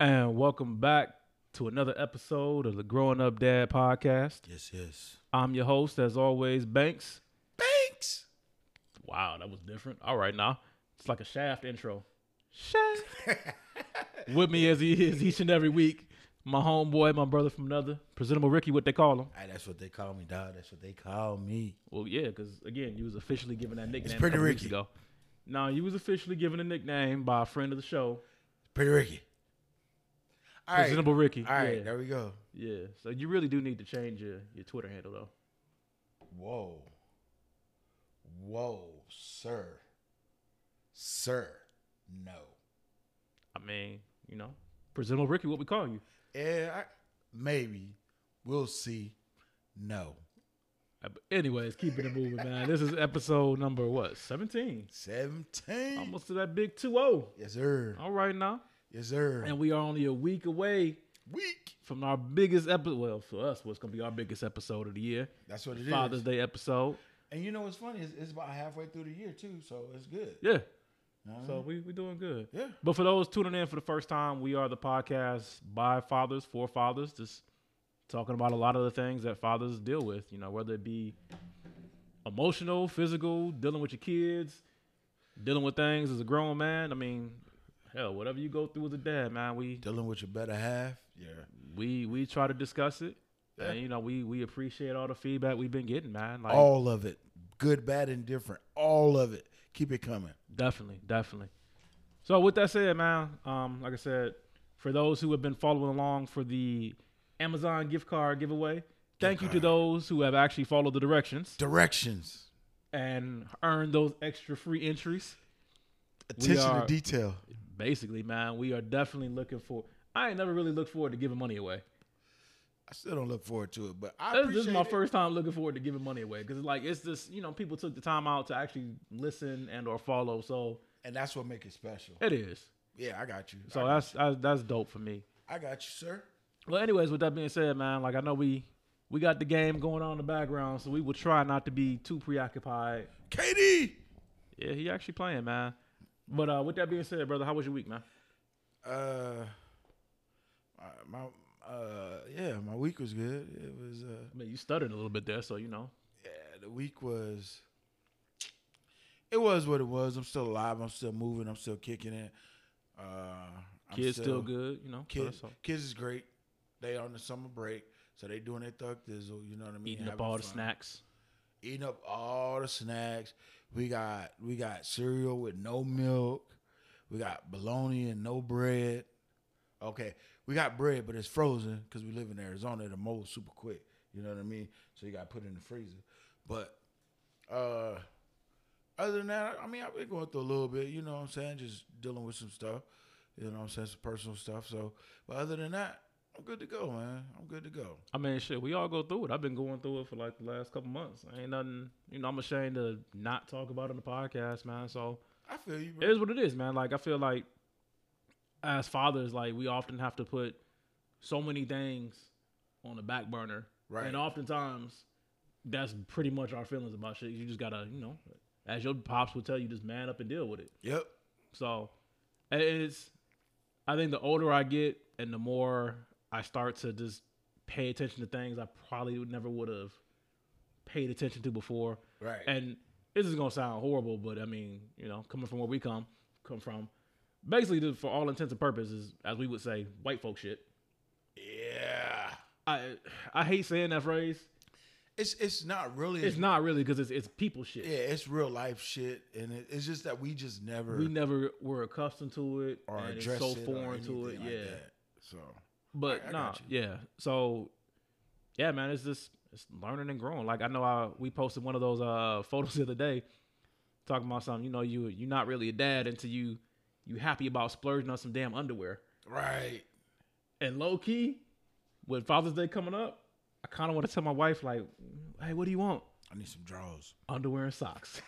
And welcome back to another episode of the Growing Up Dad podcast. Yes, yes. I'm your host, as always, Banks. Banks. Wow, that was different. All right, now it's like a Shaft intro. Shaft. with me as he is each and every week, my homeboy, my brother from another, presentable Ricky, what they call him. Ay, that's what they call me, dog. That's what they call me. Well, yeah, because again, you was officially given that nickname a Pretty couple weeks Ricky. ago. Now you was officially given a nickname by a friend of the show, Pretty Ricky. All right. presentable Ricky. All right, yeah. there we go. yeah. So you really do need to change your, your Twitter handle though. Whoa. Whoa, sir. Sir. No. I mean, you know, presentable Ricky, what we call you. Yeah, Eh, I, maybe. We'll see. No. Uh, but Anyways, keeping it moving, man. This is episode number what, seventeen? 17. Almost to that big two zero. Yes, sir. All right now, Yes, sir. and we are only a week away Week. from our biggest episode. Well, for us, what's gonna be our biggest episode of the year? That's what it is. Father's Day episode. And you know what's funny? It's, it's about halfway through the year, too, so it's good. Yeah. You know what I So mean? we we doing good. yeah. But for those tuning in for the first time, we are the podcast by fathers for fathers, just talking about a lot of the things that fathers deal with. You know, whether it be emotional, physical, dealing with your kids, dealing with things as a grown man. I mean, hell, whatever you go through as a dad, man, we Dealing with your better half. Yeah. we we try to discuss it, Yeah. Oh, and you know, we we appreciate all the feedback we've been getting, man. Like, All of it. Good, bad, and different. All of it. Keep it coming. Definitely, definitely. So with that said, man, um, like I said, for those who have been following along for the Amazon gift card giveaway, thank you to card. those who have actually followed the directions Directions. and earned those extra free entries. Attention are- to detail. Basically, man, we are definitely looking for. I ain't never really looked forward to giving money away. I still don't look forward to it, but I This, appreciate this is my it. first time looking forward to giving money away because, like, it's just you know people took the time out to actually listen and or follow. So and that's what makes it special. it is. Yeah, I got you. So I, that's that's, that's dope for me. I got you, sir. Well, anyways, with that being said, man, like I know we we got the game going on in the background, so we will try not to be too preoccupied. KD. Yeah, he actually playing, man. But uh, with that being said, brother, how was your week, man? Uh, my- my uh, yeah, my week was good. It was uh, I mean, you stuttered a little bit there, so you know. yeah, the week was. It was what it was. I'm still alive. I'm still moving. I'm still kicking it. Uh, I'm Kids still, good, you know. so Kids, that's all. kids is great. They on the summer break, so they doing their thug thizzle. You know what I mean? eating up having all the fun. snacks. Eating up all the snacks. We got we got cereal with no milk. We got bologna and no bread. Okay, we got bread, but it's frozen because we live in Arizona. It mold super quick. You know what I mean? So you got to put it in the freezer. But uh, other than that, I mean, I've been going through a little bit. You know what I'm saying? Just dealing with some stuff. You know what I'm saying? Some personal stuff. So, but other than that, I'm good to go, man. I'm good to go. I mean, shit, we all go through it. I've been going through it for like the last couple months. Ain't nothing, you know. I'm ashamed to not talk about it on the podcast, man. So I feel you, it bro. is what it is, man. Like I feel like as fathers, like we often have to put so many things on the back burner, Right. And oftentimes, that's pretty much our feelings about shit. You just gotta, you know, as your pops would tell you, just man up and deal with it. Yep. So it is. I think the older I get and the more I start to just pay attention to things I probably would never would have paid attention to before Right. and this is gonna sound horrible, but I mean, you know, coming from where we come come from, basically, this- for all intents and purposes, as we would say, white folk shit. yeah. I I hate saying that phrase. It's it's not really. It's not really because it's it's people shit. Yeah, it's real life shit, and it, it's just that we just never We never were accustomed to it, are and it's addressed so it or foreign to it. anything like yeah, that. So but I- I nah, got yeah. So yeah, man, it's just it's learning and growing. Like I know I we posted one of those uh photos the other day talking about something. You know, you you're not really a dad until you you happy about splurging on some damn underwear. right. And low key, with Father's Day coming up, I kind of want to tell my wife like, "Hey, what do you want? I need some draws. Underwear and socks."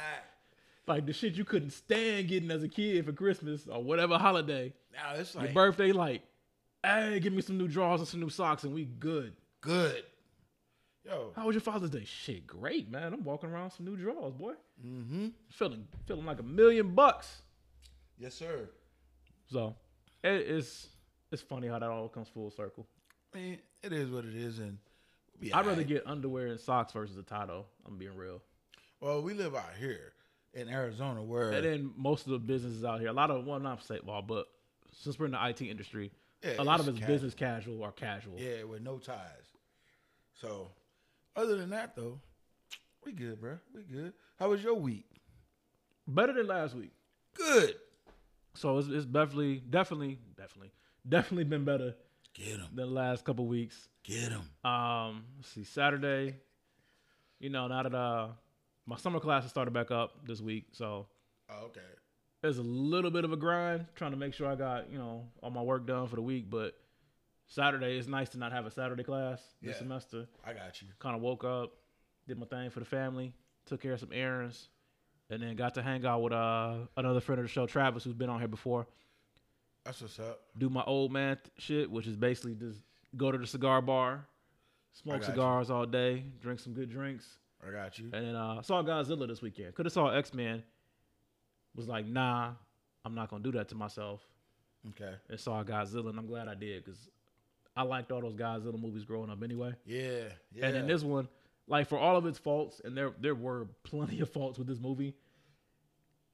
like the shit you couldn't stand getting as a kid for Christmas or whatever holiday, now it's your like birthday. Like, hey, give me some new drawers and some new socks, and we good. good. Yo, How was your Father's Day? Shit, great, man. I'm walking around with some new drawers, boy. mm-hmm. Feeling feeling like a million bucks. Yes, sir. So It, it's it's funny how that all comes full circle. I mean, it is what it is, and we'll be I'd rather alright. get underwear and socks versus a tie though. I'm being real. Well, we live out here in Arizona, where And then most of the businesses out here, a lot of well, not statewide, but since we're in the IT industry, yeah, a lot of it's it's casual. business casual or casual. Yeah, with no ties. So, other than that, though, we good, bro. We good. How was your week? Better than last week. Good. So it's, it's definitely, definitely, definitely, definitely been better Get him. than the last couple weeks. Get him. Um, let's see, Saturday, you know, now that uh, my summer classes started back up this week, so Oh, okay. there's a little bit of a grind trying to make sure I got you know all my work done for the week. But Saturday, it's nice to not have a Saturday class this Yeah. semester. I got you. Kind of woke up, did my thing for the family, took care of some errands, and then got to hang out with uh another friend of the show, Travis, who's been on here before. That's what's up. do my old man th- shit, which is basically just go to the cigar bar, I smoke got cigars all day, drink some good drinks, I got you. and then uh, saw Godzilla this weekend. Could have saw X Men. Was like, nah, I'm not gonna do that to myself. Okay. And saw Godzilla, and I'm glad I did because I liked all those Godzilla movies growing up anyway. Yeah. Yeah. And in this one, like for all of its faults, and there there were plenty of faults with this movie.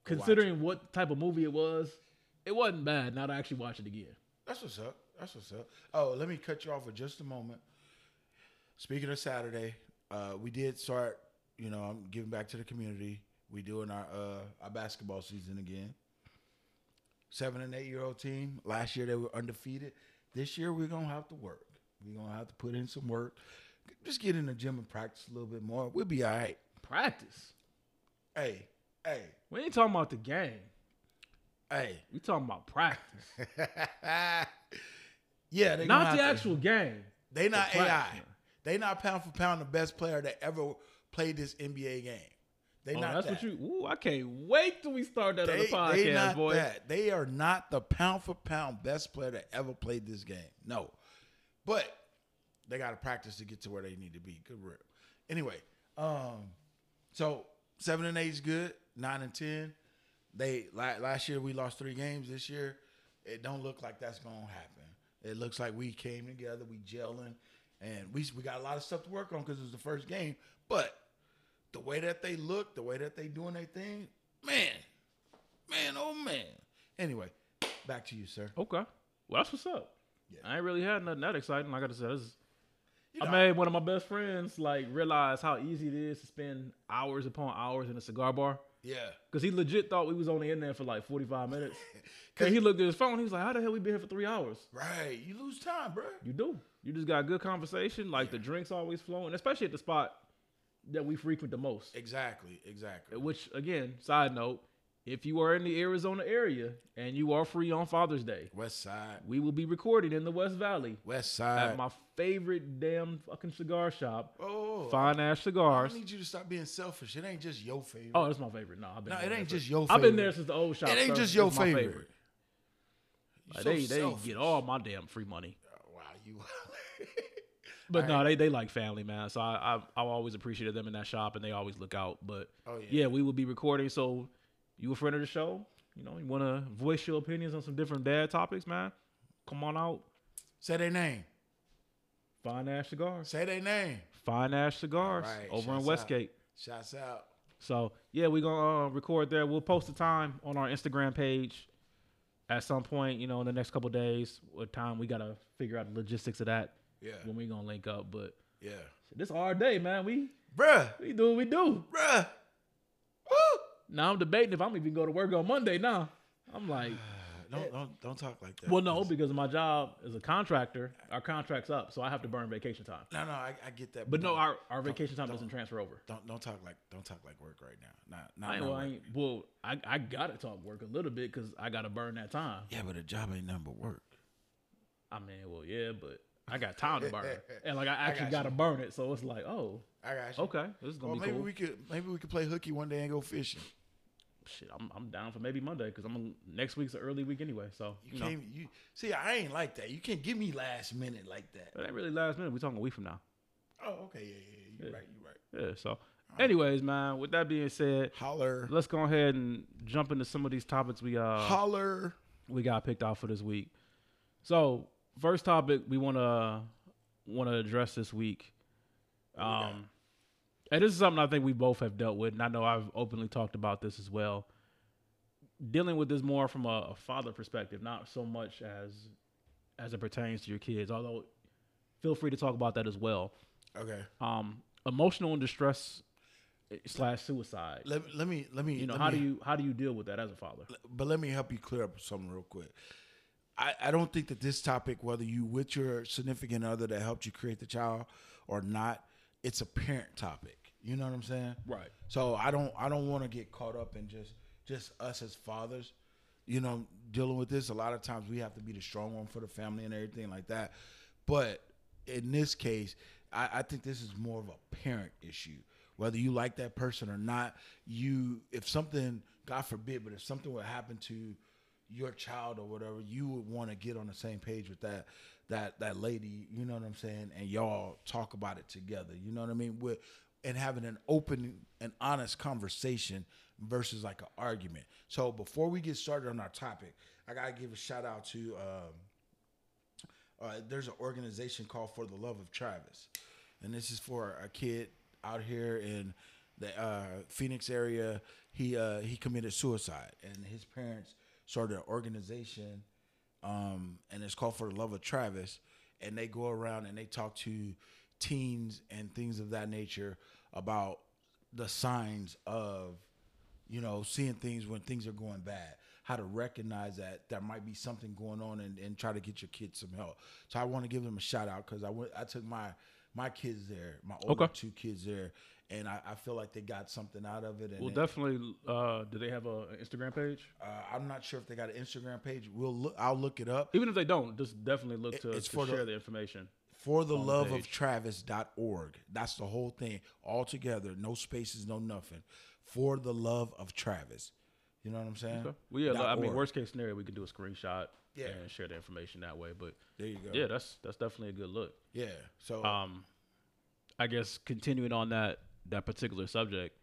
watch it. Considering what type of movie it was, it wasn't bad. Now to actually watch it again. That's what's up. That's what's up. Oh, let me cut you off for just a moment. Speaking of Saturday, uh, we did start. You know, I'm giving back to the community. We doing our uh, our basketball season again. Seven and eight year old team. Last year they were undefeated. This year we're gonna have to work. We're gonna have to put in some work. Just get in the gym and practice a little bit more. We'll be all right. Practice. Hey, hey, We ain't talking about the game. hey. We talking about practice, yeah, they not gonna the have to- actual game. They not The AI. practice, man. They not pound for pound the best player that ever played this NBA game. They Oh, not that's that. what you. Ooh, I can't wait till we start that on they, the they podcast, not boy. that. They are not the pound for pound best player that ever played this game. No, but they got to practice to get to where they need to be. Good work. Anyway, um, so seven and eight is good. Nine and ten, they la- last year we lost three games. This year, it don't look like that's gonna happen. It looks like we came together, we gelling, and we we got a lot of stuff to work on because it was the first game. But the way that they look, the way that they doing their thing, man, man, oh man. Anyway, back to you, sir. Okay, well that's what's up. Yeah. I ain't really had nothing that exciting. Like I just said, this is- You I know, made one of my best friends like realize how easy it is to spend hours upon hours in a cigar bar. yeah. Cause he legit thought we was only in there for like forty five minutes. Cause he looked at his phone. He was like, "How the hell we been here for three hours?" Right. You lose time, bruh. You do. You just got good conversation. Like the drinks always flowing, especially at the spot that we frequent the most. Exactly. Exactly. Which, again, side note, if you are in the Arizona area and you are free on Father's Day, West side. we will be recording in the West Valley West at side. my favorite damn fucking cigar shop, oh, Fine Ash I Cigars. need you to stop being selfish. It ain't just your favorite. Oh, that's my favorite. No, I've been no, there it ain't for- just your favorite. I've been there since the old shop. It ain't sir. just your It's my favorite. You Like, so they they selfish. get all my damn free money. Wow, you. But no, they, they like family, man. So I, I I've always appreciated them in that shop, and they always look out. But oh yeah. yeah. we will be recording. So you a friend of the show? You know, you want to voice your opinions on some different dad topics, man? Come on out. Say their name. Fine Ash Cigars. Say their name. Fine Ash Cigars All right, over in shouts out. Westgate. Shouts out. So yeah, we're gonna uh, record there. We'll post the time on our Instagram page at some point. You know, in the next couple days, what time we gotta figure out the logistics of that Yeah. when we gonna link up. But Yeah. this our day, man. We Bruh. we do what we do. Bruh. Woo. Now I'm debating if I'm even go to work on Monday. Now I'm like. Don't don't don't talk like that. Well, no, because my job as a contractor, our contract's up, so I have to burn vacation time. No, no, I, I get that. But no, don't- our, our vacation time don't- doesn't transfer over. don't don't talk like don't talk like work right now. Not not, I, ain't, not well, I work. ain't, well, I, I gotta talk work a little bit because I gotta burn that time. Yeah, but a job ain't nothing but work. I mean, well, yeah, but I got time to burn, and like I actually got gotta burn it, so it's like, oh, I got you. okay, this is Well, gonna be maybe cool. we could maybe we could play hooky one day and go fishing. Shit, I'm, I'm down for maybe Monday because I'm a- next week's an early week anyway, so You you know, it can't you see I ain't like that. You can't give me last minute like that. ain't really last minute. We talking a week from now. Oh, okay, yeah, yeah, yeah. You're right, you're right. Yeah. So, anyways, man. With that being said, Holler. let's go ahead and jump into some of these topics we uh Holler. we got picked off for this week. So first topic we want to want to address this week. Um, and this is something I think we both have dealt with, and I know I've openly talked about this as well. Dealing with this more from a, a father perspective, not so much as as it pertains to your kids. Although, feel free to talk about that as well. Okay. Um, emotional and distress eh, slash suicide. Let, let me let me You know let how me- do you how do you deal with that as a father? but let me help you clear up something real quick. I, I don't think that this topic, whether you with your significant other that helped you create the child or not, it's a parent topic. You know what I'm saying? Right. So I don't I don't want to get caught up in just just us as fathers, you know, dealing with this. A lot of times we have to be the strong one for the family and everything like that. But in this case, I, I think this is more of a parent issue. Whether you like that person or not, you if something, God forbid, but if something would happen to your child or whatever, you would want to get on the same page with that that that lady, you know what I'm saying, and y'all talk about it together. You know what I mean? With and having an open and honest conversation versus like an argument. So before we get started on our topic, I gotta give a shout out to um, uh, there's an organization called For the Love of Travis, and this is for a kid out here in the uh, Phoenix area. He uh, he committed suicide, and his parents started an organization um, and it's called For the Love of Travis. And they go around and they talk to teens and things of that nature about the signs of, you know, seeing things when things are going bad, how to recognize that there might be something going on and, and try to get your kids some help. So I want to give them a shout out because I went, I took my my kids there, my older Okay. two kids there, and I, I feel like they got something out of it. And Well, it- definitely. Uh, do they have a an Instagram page? uh, I'm not sure if they got an Instagram page. We'll look, I'll look it up. Even if they don't, just definitely look to, it's to for the- share the, information. for the On the love of page. travis.org that's the whole thing all together no spaces no nothing for the love of travis you know what i'm saying Okay. Well, yeah. Dot I mean, org. worst case scenario, we could do a screenshot Yeah. and share the information that way. But there you go yeah, that's that's definitely a good look. yeah so Um, I guess continuing on that that particular subject,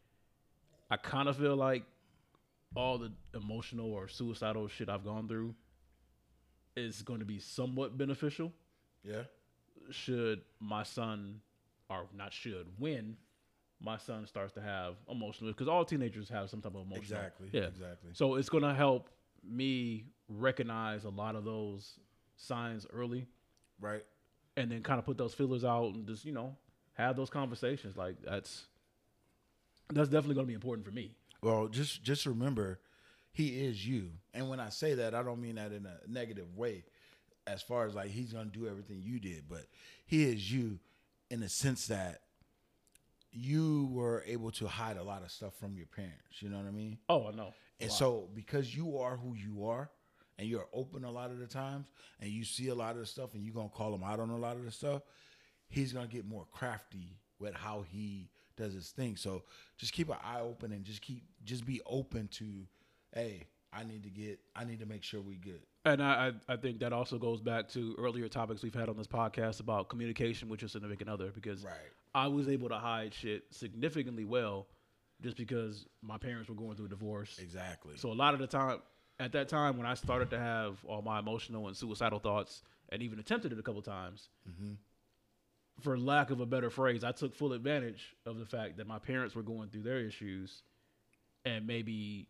I kind of feel like all the emotional or suicidal shit I've gone through is going to be somewhat beneficial yeah should my son, or not should, when my son starts to have emotional, because all teenagers have some type of emotional. exactly Yeah. exactly So it's going to help me recognize a lot of those signs early right and then kind of put those feelers out and just, you know, have those conversations. Like that's, that's definitely going to be important for me. well just just remember he is you and when i say that i don't mean that in a negative way as far as like he's gonna do everything you did but he is you in the sense that you were able to hide a lot of stuff from your parents you know what i mean Oh, I know. And Wow. so because you are who you are and you're open a lot of the times and you see a lot of the stuff and you're gonna call him out on a lot of the stuff, he's gonna get more crafty with how he does his thing. So just keep an eye open and just keep just be open to, hey, I need to get I need to make sure we good. And I, I I think that also goes back to earlier topics we've had on this podcast about communication with your significant other because Right. I was able to hide shit significantly well just because my parents were going through a divorce. Exactly. So a lot of the time, at that time when I started to have all my emotional and suicidal thoughts, and even attempted it a couple times, for lack of a better phrase, I took full advantage of the fact that my parents were going through their issues, and maybe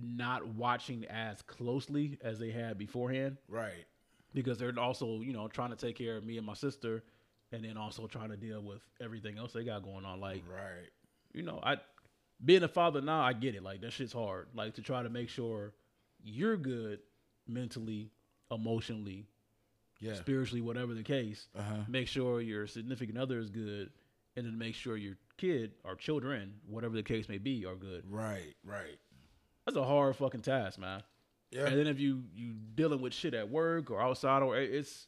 not watching as closely as they had beforehand right. because they're also you know trying to take care of me and my sister and then also trying to deal with everything else they got going on like Right. you know, I being a father now, I get it. Like that shit's hard. Like to try to make sure you're good mentally, emotionally, Yeah. spiritually, whatever the case. Uh-huh. Make sure your significant other is good, and then make sure your kid or children, whatever the case may be, are good. Right, right. That's a hard fucking task, man. Yeah. And then if you you dealing with shit at work or outside or it's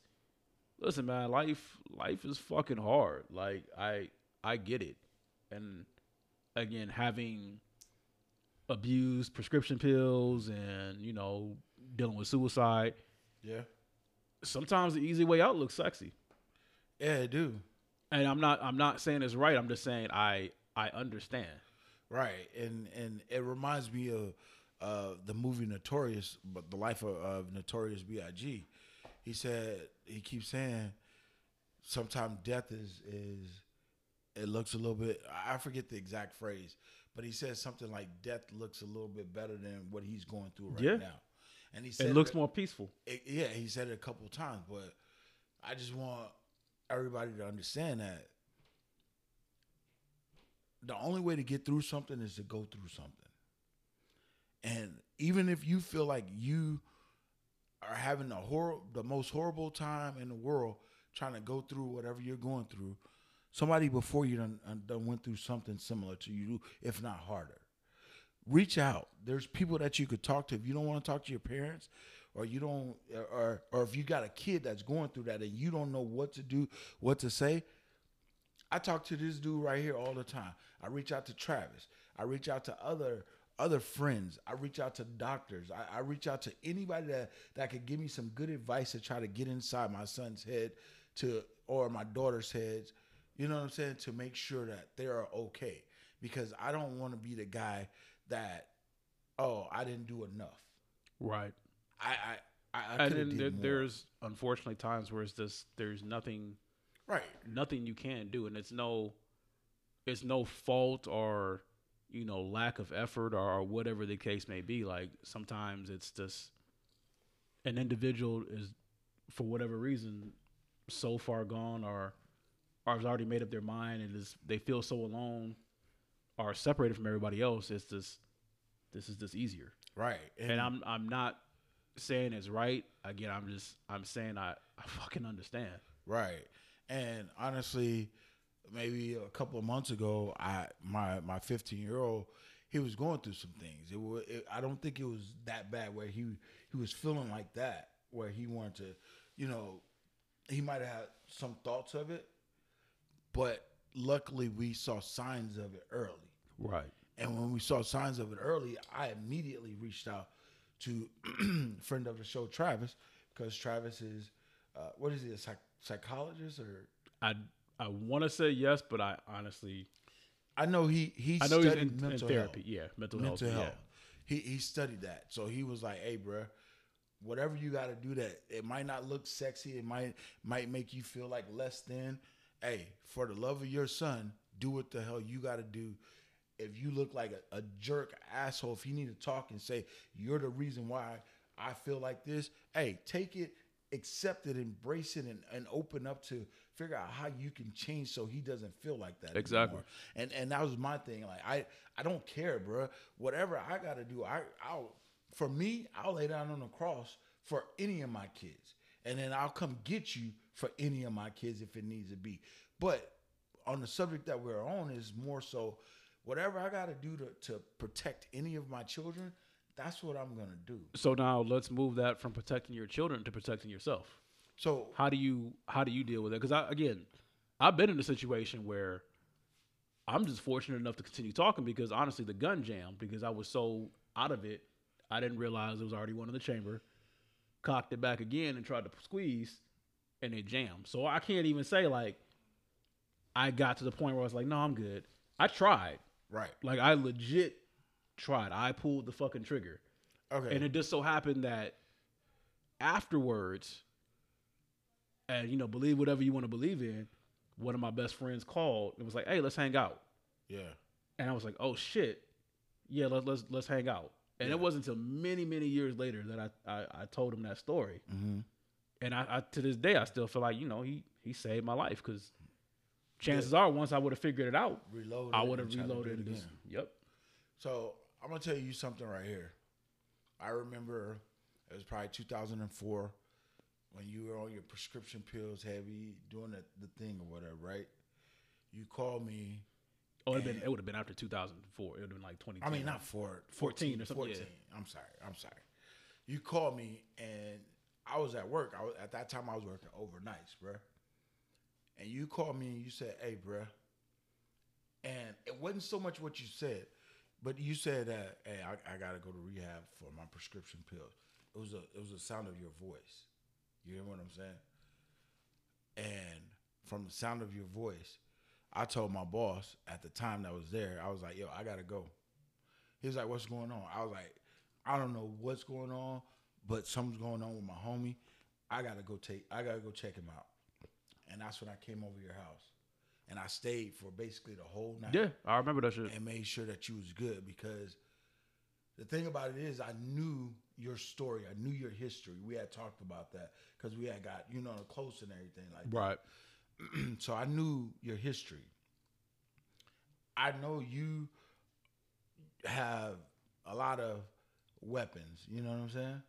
listen, man, life life is fucking hard. Like I I get it. And again, having abused prescription pills and, you know, dealing with suicide, yeah. sometimes the easy way out looks sexy. Yeah, I do. And I'm not I'm not saying it's right. I'm just saying I I understand. Right, and and it reminds me of uh, the movie Notorious, but the life of, of Notorious B.I.G. He said he keeps saying sometimes death is is it looks a little bit I forget the exact phrase, but he says something like death looks a little bit better than what he's going through right Yeah. now. And he said It looks that- more peaceful. it- yeah, he said it a couple times, but I just want everybody to understand that the only way to get through something is to go through something. And even if you feel like you are having the hor- the most horrible time in the world trying to go through whatever you're going through, somebody before you done, uh, done went through something similar to you, if not harder reach out. There's people that you could talk to if you don't want to talk to your parents, or you don't, or or if you got a kid that's going through that and you don't know what to do, what to say. I talk to this dude right here all the time. I reach out to Travis. I reach out to other other friends. I reach out to doctors. I, I reach out to anybody that that could give me some good advice to try to get inside my son's head to or my daughter's heads. You know what I'm saying? To make sure that they are okay. Because I don't want to be the guy that, oh, I didn't do enough. Right. I I I, I And could have then did there, more. there's unfortunately times where it's just there's nothing right. nothing you can do and it's no it's no fault or you know lack of effort or, or whatever the case may be like sometimes it's just an individual is for whatever reason so far gone or or has already made up their mind and is they feel so alone or separated from everybody else it's just this is just easier Right. and I'm I'm not saying it's right again I'm just I'm saying I I fucking understand Right. And honestly, maybe a couple of months ago, I my my 15 year old, he was going through some things. It, wa- it I don't think it was that bad where he he was feeling like that, where he wanted to, you know, he might have had some thoughts of it, but luckily we saw signs of it early. right And when we saw signs of it early, I immediately reached out to friend of the show Travis because Travis is uh, what is he a psych- psychologist or I I want to say yes, but I honestly I know he he I know he's studied in, in mental therapy. health. Yeah, mental, mental health. health. He he studied that, so he was like, "Hey, bruh, whatever you got to do that it might not look sexy, it might might make you feel like less than. Hey, for the love of your son, do what the hell you got to do. If you look like a, a jerk asshole, if you need to talk and say you're the reason why I feel like this, hey, take it." Accept it, embrace it, and, and open up to figure out how you can change so he doesn't feel like that. Exactly. anymore. And and that was my thing. Like I I don't care, bruh. Whatever I gotta do, I I'll for me I'll lay down on the cross for any of my kids, and then I'll come get you for any of my kids if it needs to be. But on the subject that we're on is more so whatever I gotta do to to protect any of my children. That's what I'm gonna do. So now let's move that from protecting your children to protecting yourself. So How do you how do you deal with it? Because I again, I've been in a situation where I'm just fortunate enough to continue talking because honestly, the gun jammed because I was so out of it, I didn't realize there was already one in the chamber. Cocked it back again and tried to squeeze, and it jammed. So I can't even say like I got to the point where I was like, no, I'm good. I tried. right, Like I legit tried. I pulled the fucking trigger. okay, And it just so happened that afterwards, and you know, believe whatever you want to believe in, one of my best friends called and was like, Hey, let's hang out. yeah, And I was like, Oh shit. Yeah, let's let's let's hang out. And it Yeah. wasn't until many, many years later that I, I, I told him that story. mm-hmm. And I, I to this day I still feel like, you know, he he saved my life because chances are once I would have figured it out, reload. I it would and have try to do reloaded it and just again. Yep. So I'm gonna tell you something right here. I remember it was probably 2004 when you were on your prescription pills, heavy, doing the, the thing or whatever, right? You called me. Oh, it'd been, And- it would have been after 2004. It would have been like 20. I mean, not four, 14 or something, yeah. I'm sorry. I'm sorry. You called me and I was at work. I was, at that time I was working overnights, bruh. And you called me and you said, "Hey, bruh." And it wasn't so much what you said, but you said that, "Hey, I, I gotta go to rehab for my prescription pills." It was a it was the sound of your voice. You hear what I'm saying? And from the sound of your voice, I told my boss at the time that was there, I was like, "Yo, I gotta go." He was like, "What's going on?" I was like, I don't know what's going on, but something's going on with my homie. I gotta go take. I gotta go check him out. And that's when I came over to your house, and I stayed for basically the whole night Yeah, I remember that shit. and made sure that you was good because the thing about it is I knew your story. I knew your history. We had talked about that because we had got you know close and everything like that. Right. so I knew your history. I know you have a lot of weapons, you know what I'm saying?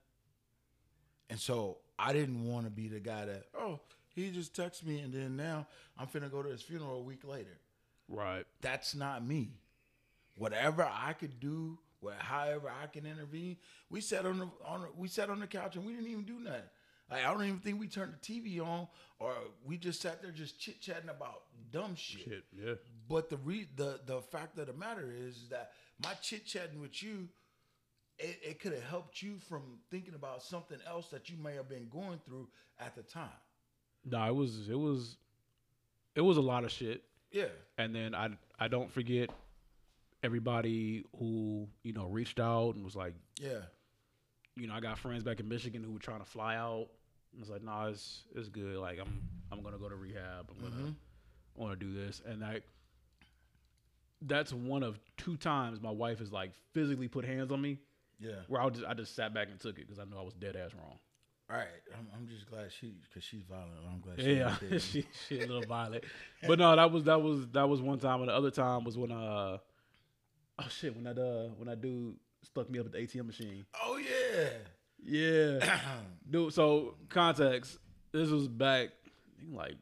And so I didn't want to be the guy that, oh, he just texted me and then now I'm finna go to his funeral a week later. Right. That's not me. Whatever I could do, wha- however I can intervene, we sat on the on the- we sat on the couch and we didn't even do nothing. Like I don't even think we turned the TV on, or we just sat there just chit chatting about dumb shit. Shit. Yeah. But the re the the fact of the matter is that my chit chatting with you, it, it could have helped you from thinking about something else that you may have been going through at the time. Nah, it was it was it was a lot of shit. Yeah, And then I I don't forget everybody who, you know, reached out and was like, yeah, you know, I got friends back in Michigan who were trying to fly out. And it's like, nah, it's it's good. Like I'm I'm gonna go to rehab. I'm gonna I wanna do this. And I that's one of two times my wife has like physically put hands on me yeah. where I just I just sat back and took it because I knew I was dead ass wrong. All right, I'm, I'm just glad she because she's violent. I'm glad. She Yeah, did. she she a little violent, but no, that was that was that was one time. And the other time was when uh, oh shit, when that uh when that dude stuck me up at the ATM machine. Oh yeah. Yeah, dude. So context, this was back I think like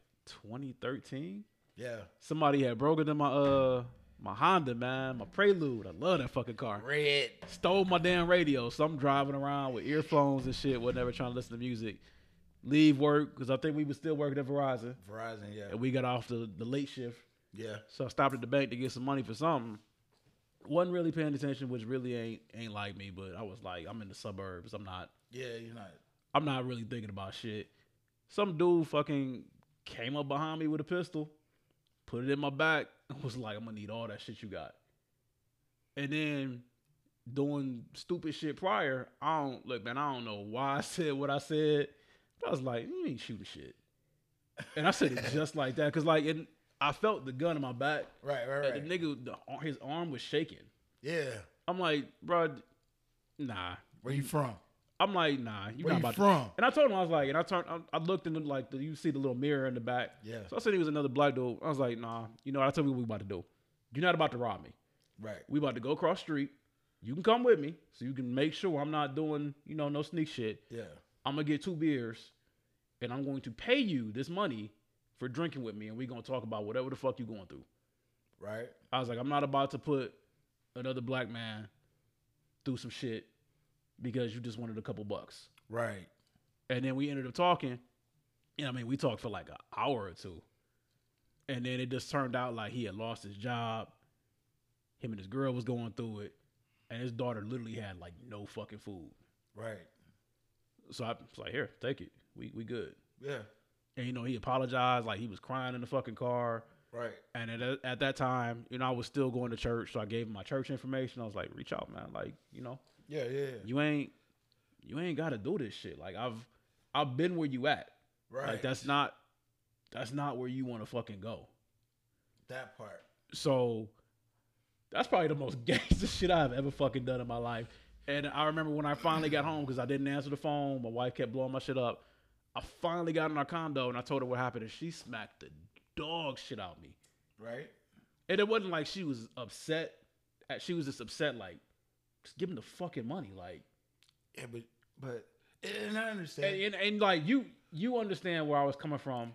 2013. yeah. Somebody had broken in my uh my Honda man, my Prelude. I love that fucking car. Red. Stole my damn radio, so I'm driving around with earphones and shit. Whatever, trying to listen to music. Leave work because I think we was still working at Verizon Verizon, yeah. and we got off the, the late shift. Yeah. So I stopped at the bank to get some money for something. Wasn't really paying attention, which really ain't ain't like me, but I was like, I'm in the suburbs. I'm not Yeah, you're not. I'm not really thinking about shit. Some dude fucking came up behind me with a pistol, put it in my back, and was like, I'm gonna need all that shit you got. And then doing stupid shit prior, I don't look, man, I don't know why I said what I said. But I was like, you ain't shooting shit. And I said it just like that. Cause like it, I felt the gun in my back. Right, right, and The right. nigga, the, his arm was shaking. Yeah. I'm like, bro, nah. Where you from? I'm like, nah, you Where not you about to from? and I told him I was like, and I turned, I, I looked in the, like the, you see the little mirror in the back. Yeah. So I said he was another black dude. I was like, nah, you know, I told you what we about to do. You're not about to rob me. Right. We about to go across street. You can come with me, so you can make sure I'm not doing, you know, no sneak shit. Yeah. I'm gonna get two beers, and I'm going to pay you this money for drinking with me, and we gonna talk about whatever the fuck you going through. Right. I was like, I'm not about to put another black man through some shit because you just wanted a couple bucks. Right. And then we ended up talking. And I mean, we talked for like an hour or two. And then it just turned out like he had lost his job. Him and his girl was going through it. And his daughter literally had like no fucking food. Right. So I was like, here, take it. We we good. Yeah. And you know, he apologized, like he was crying in the fucking car. Right. And at, at that time, you know, I was still going to church, so I gave him my church information. I was like, reach out, man. Like, you know, Yeah, yeah. yeah. you ain't you ain't gotta do this shit. Like I've I've been where you at. Right. Like that's not that's not where you want to fucking go. that part. So that's probably the most gangster shit I've ever fucking done in my life. And I remember when I finally got home because I didn't answer the phone. My wife kept blowing my shit up. I finally got in our condo and I told her what happened, and she smacked the dog shit out of me. Right. And it wasn't like she was upset. Uh, She was just upset, like, just give him the fucking money. Like, Yeah, but but and I understand. and, and, and like you you understand where I was coming from,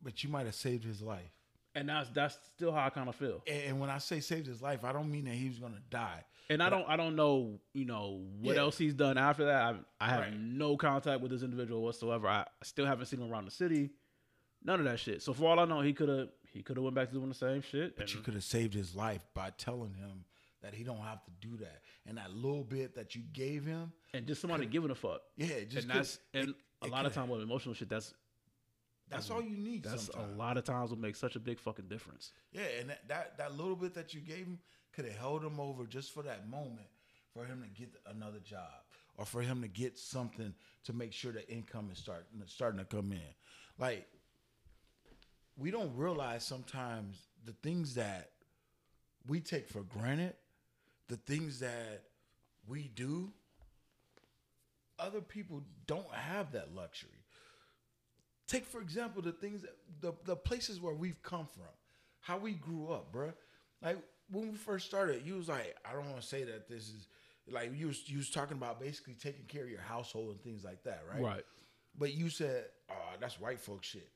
but you might have saved his life. and that's that's still how I kind of feel. And, and when I say saved his life, I don't mean that he was gonna die. And I don't I don't know you know what Yeah. else he's done after that. I I have Right. no contact with this individual whatsoever. I still haven't seen him around the city. None of that shit. So for all I know, he could have he could have went back to doing the same shit. But and- you could have saved his life by telling him that he don't have to do that. And that little bit that you gave him, and just somebody giving a fuck. yeah, just and could- that's and it- a it lot of coulda- time with emotional shit. That's That's all you need. that's sometimes. a lot of times will make such a big fucking difference. Yeah, and that, that that little bit that you gave him could have held him over just for that moment, for him to get another job or for him to get something to make sure the income is starting starting to come in. Like we don't realize sometimes the things that we take for granted, the things that we do, other people don't have that luxury. Take for example the things that, the the places where we've come from, how we grew up, bruh. Like when we first started, you was like, I don't want to say that this is like you was, you was talking about basically taking care of your household and things like that, right? Right. But you said, "Oh, that's white folk shit."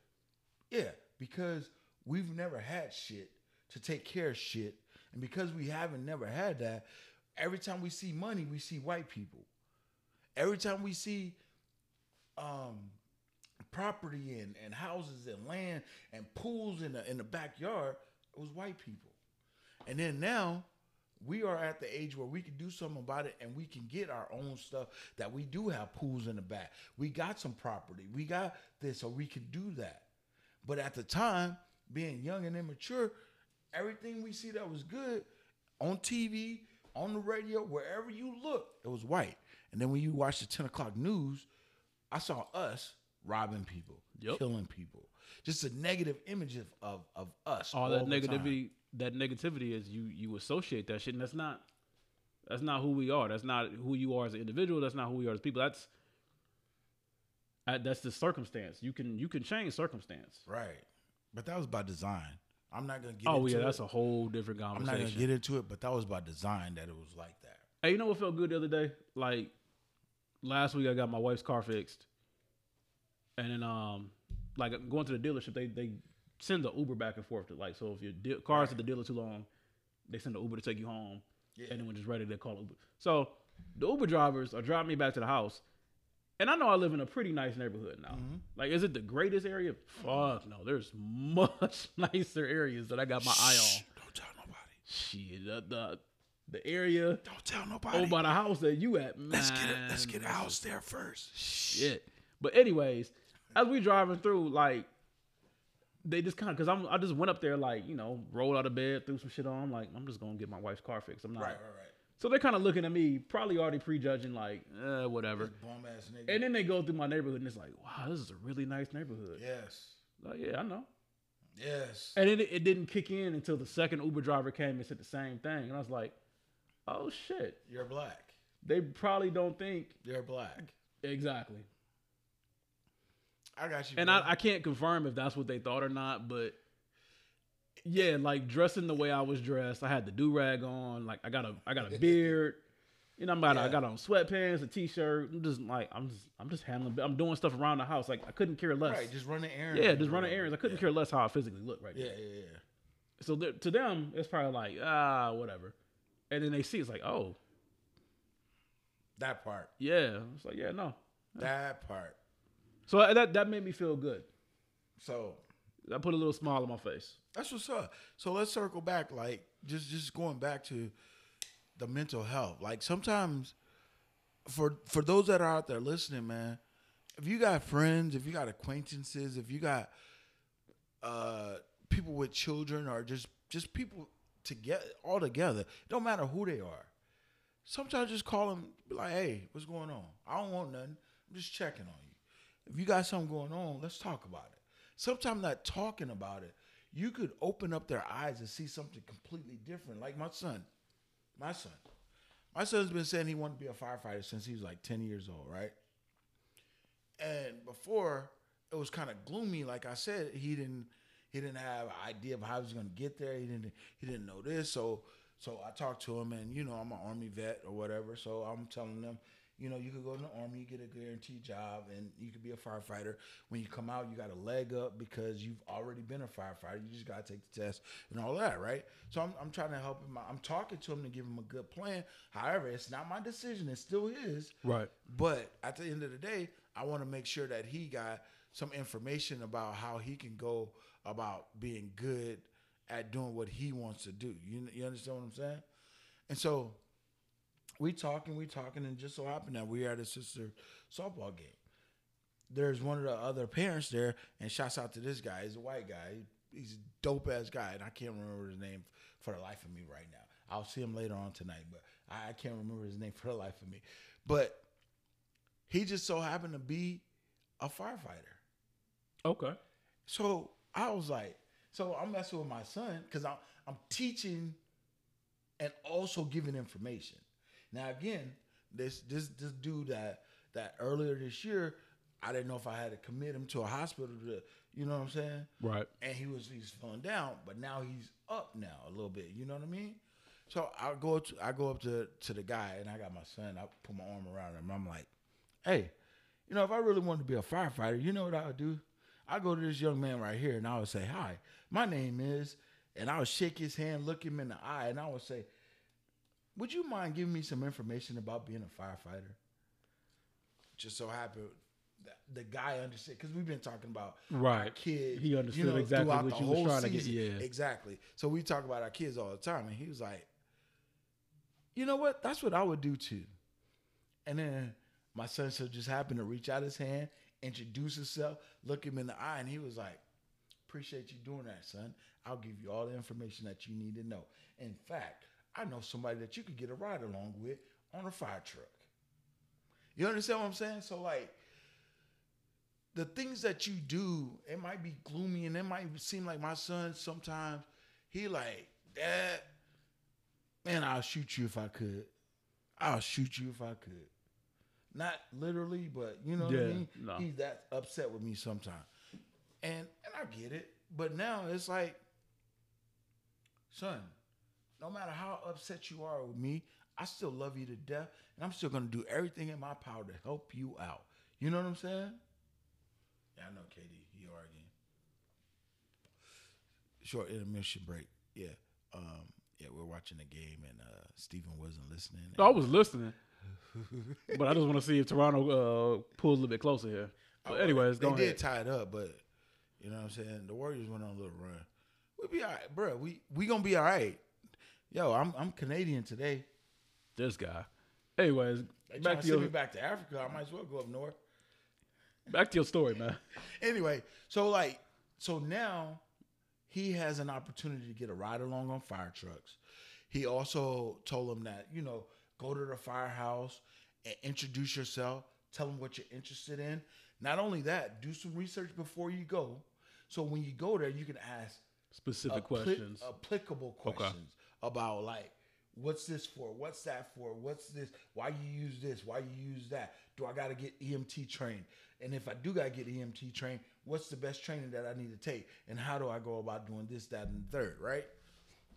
Yeah, because we've never had shit to take care of shit, and because we haven't never had that, every time we see money, we see white people. Every time we see um, property and, and houses and land and pools in the in the backyard, it was white people. And then now we are at the age where we can do something about it and we can get our own stuff that we do have pools in the back. We got some property. We got this, so we can do that. But at the time, being young and immature, everything we see that was good on TV, on the radio, wherever you look, it was white. And then when you watch the 10 o'clock news, I saw us robbing people, Yep. killing people. Just a negative image of, of, of us. all that the time. negativity that negativity is you you associate that shit and that's not that's not who we are that's not who you are as an individual that's not who we are as people that's uh, that's the circumstance you can you can change circumstance Right. But that was by design. I'm not gonna get oh into yeah it. that's a whole different I'm not conversation gonna get into it, but that was by design that it was like that. hey you know what felt good the other day like last week i got my wife's car fixed and then um like going to the dealership they they send the uber back and forth to like so if your de- car's at the dealer too long they send the uber to take you home Yeah. and then when it's ready, they call Uber. So the Uber drivers are driving me back to the house, and I know I live in a pretty nice neighborhood now. Like, is it the greatest area? Fuck no. There's much nicer areas that I got my eye on. Don't tell nobody. Shit, the the, the area Don't tell nobody. over by the house that you at. let's get it. Oh, Let's man, get the house there first. Shit. But anyways, as we driving through, like. They just kind of, cause I'm, I just went up there like, you know, rolled out of bed, threw some shit on. like, I'm just gonna get my wife's car fixed. I'm not, right. so they're kind of looking at me, probably already prejudging, like, eh, whatever. Bum ass nigga. And then they go through my neighborhood and it's like, wow, this is a really nice neighborhood. yes. Like, yeah, I know. Yes. And then it, it didn't kick in until the second Uber driver came and said the same thing. And I was like, oh shit. You're black. They probably don't think You're black. exactly. I got you. And bro. I, I can't confirm if that's what they thought or not, but yeah, like dressing the way I was dressed, I had the do rag on, like I got a I got a beard, you know, I'm got I Yeah. got on sweatpants, a t-shirt. I'm just like I'm just I'm just handling, I'm doing stuff around the house. Like I couldn't care less. right. Just running errands. yeah, and just running whatever. errands. I couldn't care less how I physically look right. Yeah. Yeah. Yeah. Yeah. yeah. So they're- to them, it's probably like ah whatever, and then they see it's like oh That part. yeah, it's like yeah no. That part. So uh, that that made me feel good. So I put a little smile on my face. That's what's up. So let's circle back, like just just going back to the mental health. Like sometimes for for those that are out there listening, man, if you got friends, if you got acquaintances, if you got uh people with children or just just people together all together, don't matter who they are. Sometimes just call them be like, "Hey, what's going on? I don't want nothing. I'm just checking on you. If you got something going on, let's talk about it." Sometimes not talking about it, you could open up their eyes and see something completely different. Like my son, my son, my son's been saying he wanted to be a firefighter since he was like ten years old, right? And before it was kind of gloomy, like I said, he didn't he didn't have an idea of how he was gonna get there. He didn't he didn't know this. So so I talked to him and you know, I'm an army vet or whatever. So I'm telling them, you know, you could go in the army, you get a guaranteed job, and you could be a firefighter. When you come out, you got a leg up because you've already been a firefighter. You just gotta take the test and all that, right? So I'm, I'm trying to help him. out. I'm talking to him to give him a good plan. However, it's not my decision, it's still his. Right. But at the end of the day, I want to make sure that he got some information about how he can go about being good at doing what he wants to do. You you understand what I'm saying? And so we talking, we talking, and just so happened that we are at his sister's softball game. There's one of the other parents there, and shouts out to this guy. He's a white guy. He's a dope ass guy, and I can't remember his name for the life of me right now. I'll see him later on tonight, but I I can't remember his name for the life of me, but he just so happened to be a firefighter. Okay. So I was like, so I'm messing with my son because I'm I'm teaching and also giving information. Now again, this this this dude that that earlier this year, I didn't know if I had to commit him to a hospital to, you know what I'm saying? Right. And he was he's falling down, but now he's up now a little bit. You know what I mean? So I go to I go up to to the guy and I got my son. I put my arm around him. I'm like, hey, you know, if I really wanted to be a firefighter, you know what I would do? I go to this young man right here and I would say, Hi, my name is, and I would shake his hand, look him in the eye, and I would say, Would you mind giving me some information about being a firefighter? Just so happened that the guy understood because we've been talking about Right. kids. He understood exactly throughout what the you was whole trying to get- yeah. Exactly. So we talk about our kids all the time, and he was like, "You know what? That's what I would do too." And then my son so just happened to reach out his hand, introduce himself, look him in the eye, and he was like, "Appreciate you doing that, son. I'll give you all the information that you need to know. In fact, I know somebody that you could get a ride along with on a fire truck." You understand what I'm saying? So like the things that you do, it might be gloomy and it might seem like my son sometimes he like, Dad, man, I'll shoot you if I could. I'll shoot you if I could. Not literally, but you know what Yeah, I mean? no. He's that upset with me sometimes. And and I get it. But now it's like, son, no matter how upset you are with me, I still love you to death, and I'm still gonna do everything in my power to help you out. You know what I'm saying? Yeah, I know, KD. You arguing. Short intermission break. Yeah. Um, yeah, we're watching the game and uh Steven wasn't listening. I was listening, but I just want to see if Toronto uh, pulls a little bit closer here. But anyways, Oh, they go did ahead. tie it up, but you know what I'm saying? The Warriors went on a little run. We'll be all right, bro. We we gonna be all right. Yo, I'm I'm Canadian today. this guy. Anyways, They trying back to to send your me back to Africa. I might as well go up north. back to your story, man. anyway, so like, so now he has an opportunity to get a ride along on fire trucks. He also told him that you know go to the firehouse and introduce yourself, tell them what you're interested in. Not only that, do some research before you go, so when you go there, you can ask Specific appli- questions. applicable questions about like what's this for what's that for what's this why you use this why you use that do i gotta get emt trained and if i do gotta get emt trained what's the best training that i need to take and how do i go about doing this that and the third right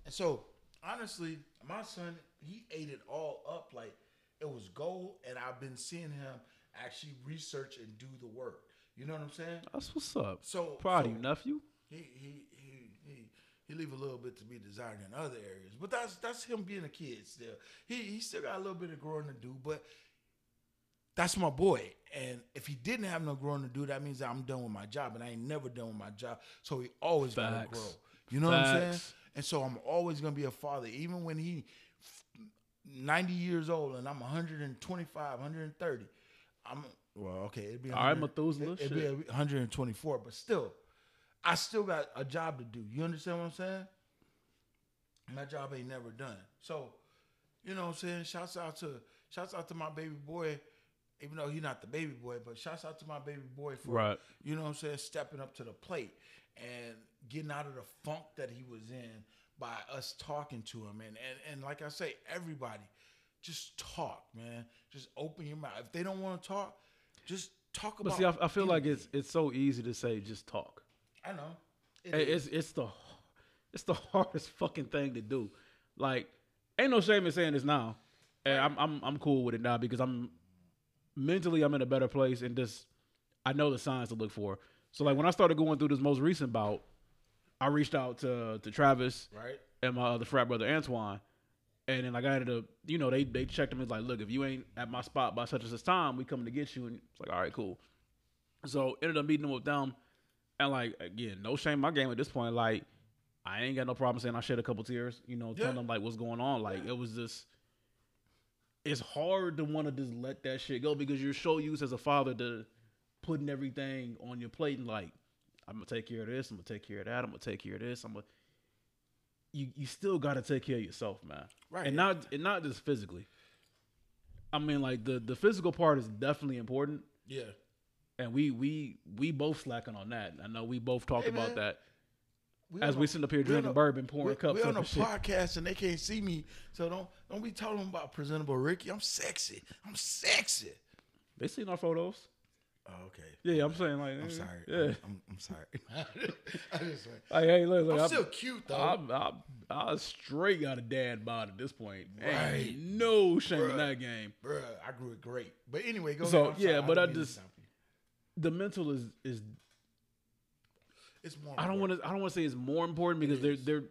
and so honestly my son he ate it all up like it was gold and i've been seeing him actually research and do the work you know what i'm saying That's what's up. so Proud so, of you, nephew. he he he he he leave a little bit to be desired in other areas. But that's that's him being a kid still. He he still got a little bit of growing to do, but that's my boy. And if he didn't have no growing to do, that means I'm done with my job, and I ain't never done with my job. So he always gotta Facts. grow. You know what I'm saying? Facts. And so I'm always gonna be a father, even when he 90 years old and I'm 125, 130. I'm well, okay, it'd be All right, 100 Methuselah, It'd shit. be 124, but still, I still got a job to do. You understand what I'm saying? My job ain't never done. So, you know what I'm saying? Shouts out to shouts out to my baby boy, even though he's not the baby boy, but shouts out to my baby boy for Right. you know what I'm saying, stepping up to the plate and getting out of the funk that he was in by us talking to him. And and, and like I say, everybody, just talk, man. Just open your mouth. If they don't want to talk, just talk about But see, I, I feel like it's anything. it's so easy to say just talk. I know. It Hey, is. it's it's the it's the hardest fucking thing to do. Like, ain't no shame in saying this now. And I'm I'm I'm cool with it now because I'm mentally I'm in a better place and just I know the signs to look for. So like when I started going through this most recent bout, I reached out to to Travis right? and my other frat brother Antoine. And then like I ended up, you know, they they checked him and was like, look, if you ain't at my spot by such and such time, we coming to get you. And it's like, all right, cool. So ended up meeting him with them. And like again, no shame in my game at this point. Like, I ain't got no problem saying I shed a couple tears, you know, telling Yeah. them like what's going on. Like it was just it's hard to want to just let that shit go because you're so used as a father to putting everything on your plate and like, I'm gonna take care of this, I'm gonna take care of that, I'm gonna take care of this, I'm gonna you you still got to take care of yourself, man. Right. And not and not just physically. I mean, like the the physical part is definitely important, Yeah. and we we we both slacking on that. I know we both talked Hey, about man. that We as on we a- sitting up here we on drinking a- bourbon, pouring we- cups We up on a and shit. podcast and they can't see me, so don't don't be talking about presentable Ricky. I'm sexy. I'm sexy. They seen our photos. Oh, okay. Yeah, I'm saying like I'm eh, sorry. Yeah. I'm, I'm, I'm sorry. I just like, Like, hey, look, look, I'm I'm, still cute though. I'm, I'm, I'm straight got a dad bod at this point. Ain't Right. no shame in Bruh. that game. Bruh, I grew it great. But anyway, go So, ahead. I'm yeah, sorry. but I didn't mean to just- stop you. The mental is is it's more I don't want to I don't want to say it's more important because they're they're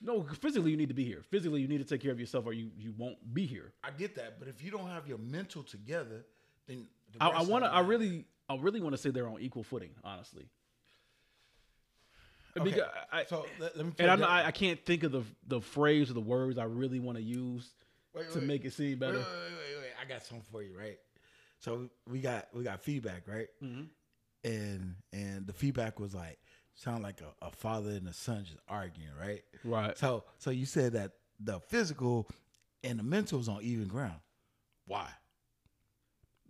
no physically you need to be here. Physically you need to take care of yourself or you you won't be here. I get that, but if you don't have your mental together, then the I, rest I of want to it- I really I really want to say they're on equal footing, honestly. Okay, Because I, so let, let me and I'm, play I that- I can't think of the the phrase or the words I really want to use Wait, to wait. make it seem better. Wait, wait, wait, wait, wait. I got something for you, right? So we got we got feedback, right? Mhm. And and the feedback was like sound like a, a father and a son just arguing, right? Right. So so you said that the physical and the mental is on even ground. Why?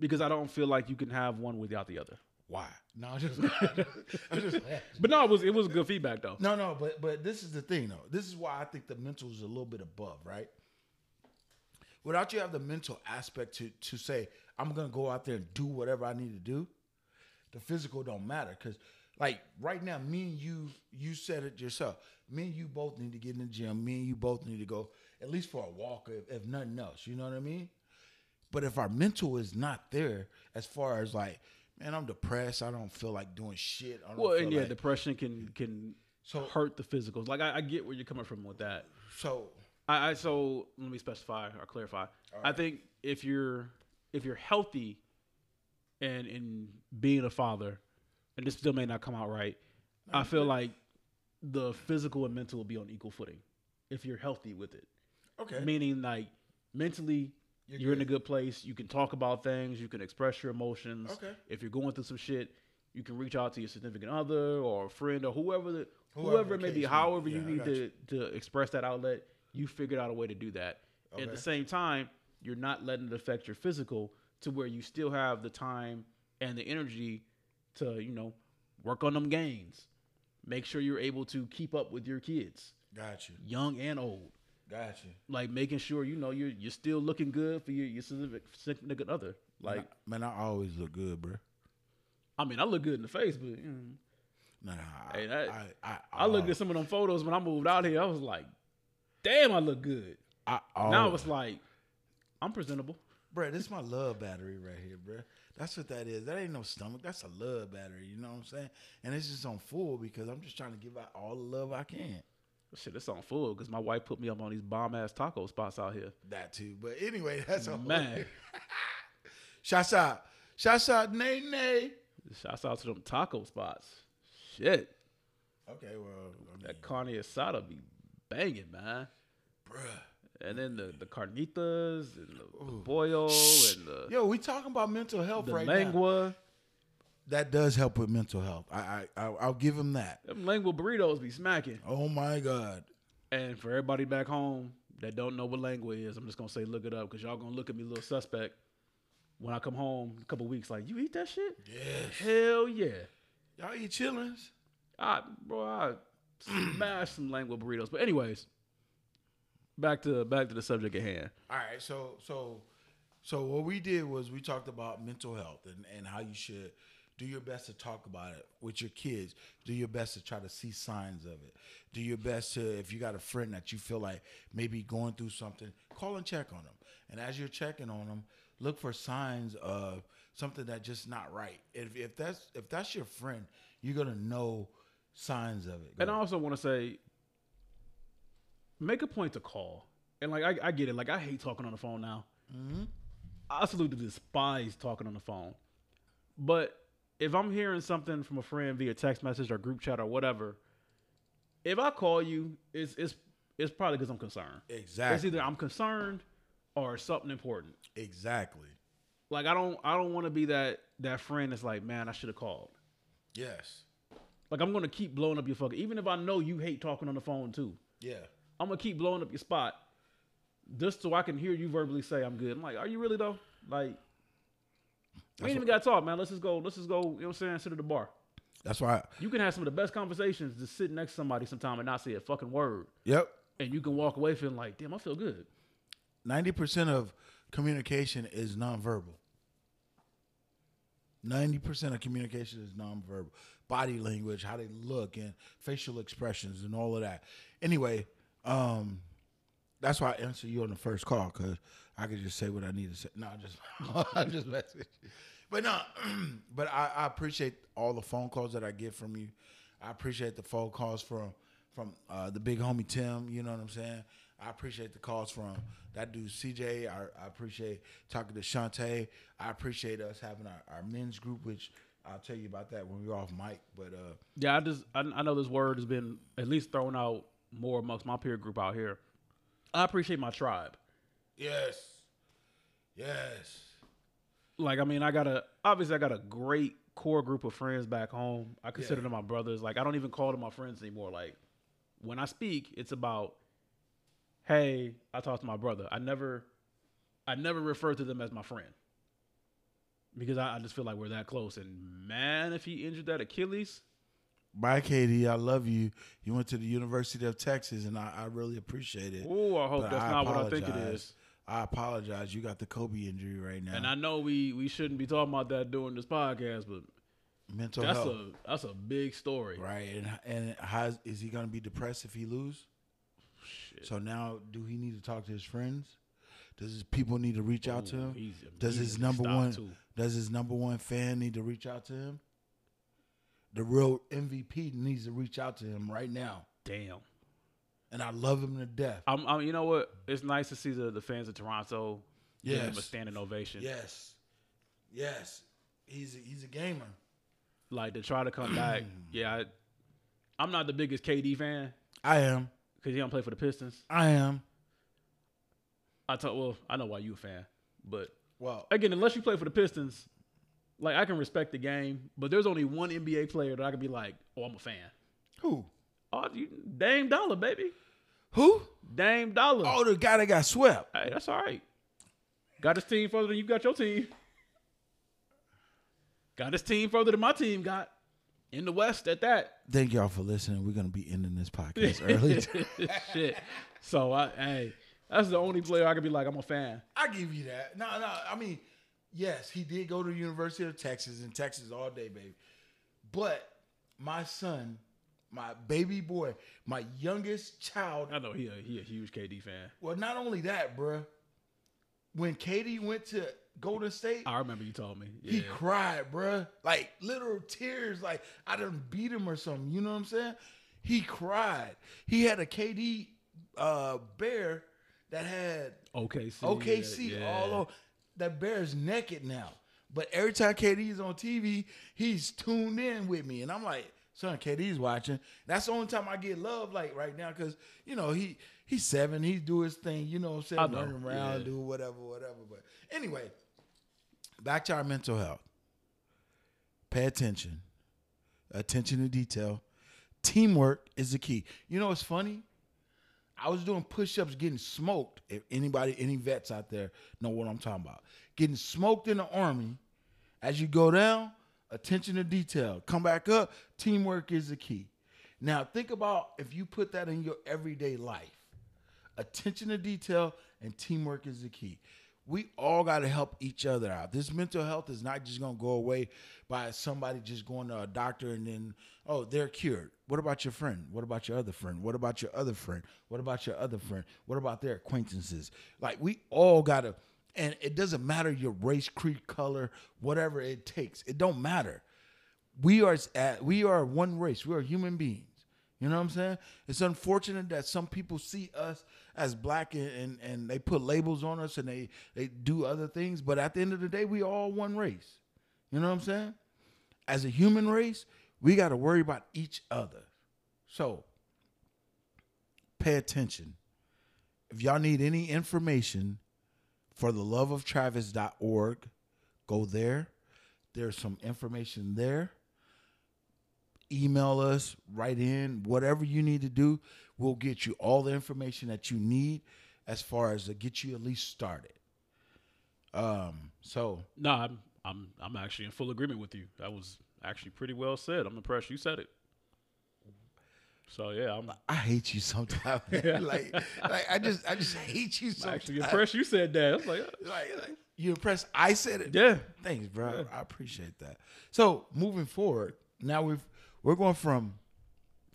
because I don't feel like you can have one without the other. Why? No, I'm just, I'm just But no, it was it was good feedback though. No, no, but but this is the thing though. This is why I think the mental is a little bit above, right? Without you have the mental aspect to to say I'm gonna go out there and do whatever I need to do, the physical don't matter because like right now, me and you, you said it yourself. Me and you both need to get in the gym. Me and you both need to go at least for a walk, if, if nothing else. You know what I mean? But if our mental is not there, as far as like, man, I'm depressed. I don't feel like doing shit. I don't Well, feel and yeah, like, depression can can So- hurt the physicals. Like I, I get where you're coming from with that. so I, I so let me specify or clarify. I think if you're if you're healthy and in being a father, and this still may not come out right, I Mm-hmm. feel like the physical and mental will be on equal footing if you're healthy with it. okay. Meaning like mentally you're, You're in a good place. You can talk about things, you can express your emotions. Okay. If you're going through some shit, you can reach out to your significant other or a friend or whoever the, whoever, Whoever the it may be, case may- however yeah, you I need got to, to express that outlet, you figured out a way to do that. At Okay. the same time, you're not letting it affect your physical to where you still have the time and the energy to, you know, work on them gains. Make sure you're able to keep up with your kids, Got you. young and old Got you. like making sure you know you're you're still looking good for your your significant significant other. Like, man, I always look good, bro. I mean, I look good in the face, but mm, Nah, Hey, I, that- I, I, I looked al- at some of them photos when I moved out here. I was like, damn, I look good. I, I, Now it's like, I'm presentable. bro. This is my love battery right here, bro. That's what that is. That ain't no stomach. That's a love battery. You know what I'm saying? And it's just on full because I'm just trying to give out all the love I can. Shit, it's on full because my wife put me up on these bomb ass taco spots out here. That too. But anyway, that's all. Man, Shouts out. Shouts out, Nay Nay. shouts out to them taco spots. Shit, Okay, well, I mean, that carne asada be banging, man. bruh. And then the the carnitas and the, the boil and the, Yo, we talking about mental health the right now. lengua. That does help with mental health. I, I, I I'll give him that. Them lengua burritos be smacking. Oh my God. And for everybody back home that don't know what lengua is, I'm just gonna say look it up because y'all gonna look at me a little suspect when I come home in a couple weeks. Like you eat that shit? Yes. Hell yeah! Y'all eat chillings. I bro, I smashed some lengua burritos. But anyways, back to back to the subject at hand. All right, so so so what we did was we talked about mental health and and how you should do your best to talk about it with your kids. Do your best to try to see signs of it. Do your best to if you got a friend that you feel like maybe going through something, call and check on them. And as you're checking on them, look for signs of something that's just not right. If if that's if that's your friend, you're gonna know signs of it. And I also want to say, make a point to call. And like I, I get it. Like I hate talking on the phone now. I absolutely despise talking on the phone. But if I'm hearing something from a friend via text message or group chat or whatever, if I call you, it's it's it's probably because I'm concerned. It's exactly. either I'm concerned or something important. Exactly. Like I don't I don't want to be that that friend that's like, man, I should have called. Yes. Like I'm gonna keep blowing up your fucking, even if I know you hate talking on the phone too. Yeah. I'm gonna keep blowing up your spot just so I can hear you verbally say I'm good. I'm like, are you really though? Like, we ain't even gotta talk, man. Let's just go. Let's just go. You know what I'm saying? Sit at the bar. That's why. You can have some of the best conversations just sitting next to somebody sometime and not say a fucking word, yep. and you can walk away feeling like, damn, I feel good. Ninety percent of communication is nonverbal. Ninety percent of communication is nonverbal. Body language, how they look, and facial expressions, and all of that. Anyway, um, that's why I answered you on the first call because I could just say what I need to say. No, I just I just message. But no, but I, I appreciate all the phone calls that I get from you. I appreciate the phone calls from from uh, the big homie Tim. You know what I'm saying? I appreciate the calls from that dude CJ. I, I appreciate talking to Shantae. I appreciate us having our, our men's group, which I'll tell you about that when we're off mic. But uh, Yeah, I just I, I know this word has been at least thrown out more amongst my peer group out here. I appreciate my tribe. yes, yes, Like, I mean, I got a obviously I got a great core group of friends back home. I consider Yeah. them my brothers. Like, I don't even call them my friends anymore. Like, when I speak, it's about, hey, I talked to my brother. I never, I never refer to them as my friend because I, I just feel like we're that close. And man, if he injured that Achilles, Bye, Katie. I love you. You went to the University of Texas, and I, I really appreciate it. oh, I hope But that's I not what I think it apologize. is. I apologize. You got the Kobe injury right now. And I know we we shouldn't be talking about that during this podcast, but Mental that's health, a that's a big story. right? And and how is, is he going to be depressed if he lose? Shit. So now, do he need to talk to his friends? Does his people need to reach out to Ooh, him? he's Does his immediately number stopped, one too. does his number one fan need to reach out to him? The real MVP needs to reach out to him right now, Damn. and I love him to death. I'm, I'm, you know what? It's nice to see the, the fans of Toronto give him a Yes. standing ovation. Yes, yes, he's a, he's a gamer. Like to try to come back. Yeah, I, I'm not the biggest KD fan I am. because he don't play for the Pistons. I am. I told, well, I know why you a fan, but Well, again, unless you play for the Pistons, like I can respect the game, but there's only one NBA player that I can be like, oh, I'm a fan. who? Oh, you, Dame Dollar, baby. Who? Dame Dollar. Oh, the guy that got swept. Hey, that's all right. Got his team further than you got your team. Got his team further than my team got in the West at that. Thank y'all for listening. We're gonna be ending this podcast early. Shit. So I hey, that's the only player I could be like, I'm a fan. I give you that. No, no. I mean, yes, he did go to the University of Texas in Texas all day, baby. But my son, my baby boy, my youngest child. I know he a, he a huge KD fan. Well, not only that, bruh. When Katie went to Golden State, I remember you told me. he Yeah. cried, bruh. Like literal tears. Like I done beat him or something. You know what I'm saying? He cried. He had a KD uh, bear that had OKC. OKC yeah, all on. That bear's naked now. But every time KD is on TV, he's tuned in with me, and I'm like, son, KD's watching. That's the only time I get love like right now, cause you know he he's seven, he do his thing. You know what I'm saying? I know, Running around, yeah. do whatever, whatever. But anyway, back to our mental health. Pay attention, attention to detail. Teamwork is the key. You know what's funny? I was doing push-ups, getting smoked. If anybody, any vets out there know what I'm talking about, getting smoked in the army. As you go down, attention to detail. Come back up. Teamwork is the key. Now think about if you put that in your everyday life. Attention to detail and teamwork is the key. We all got to help each other out. This mental health is not just going to go away by somebody just going to a doctor and then, oh, they're cured. What about your friend? What about your other friend? What about your other friend? What about your other friend? What about their acquaintances? Like, we all got to, and it doesn't matter your race, creed, color, whatever it takes, it don't matter we are at, we are one race. We are human beings. You know what I'm saying? It's unfortunate that some people see us as black and, and, and they put labels on us and they, they do other things. But at the end of the day, we all one race. You know what I'm saying? As a human race, we got to worry about each other. So pay attention. If y'all need any information for the love of Travis.org, go there. There's some information there email us, write in, whatever you need to do. We'll get you all the information that you need as far as to get you at least started. Um, so No, I'm I'm I'm actually in full agreement with you. That was actually pretty well said. I'm impressed you said it. So yeah, I'm I hate you sometimes. man. like, like I just I just hate you sometimes. actually impressed you said that. I was like, uh, Like, like, you impressed? I said it. yeah. Thanks, bro. I appreciate that. So moving forward, now we've we're going from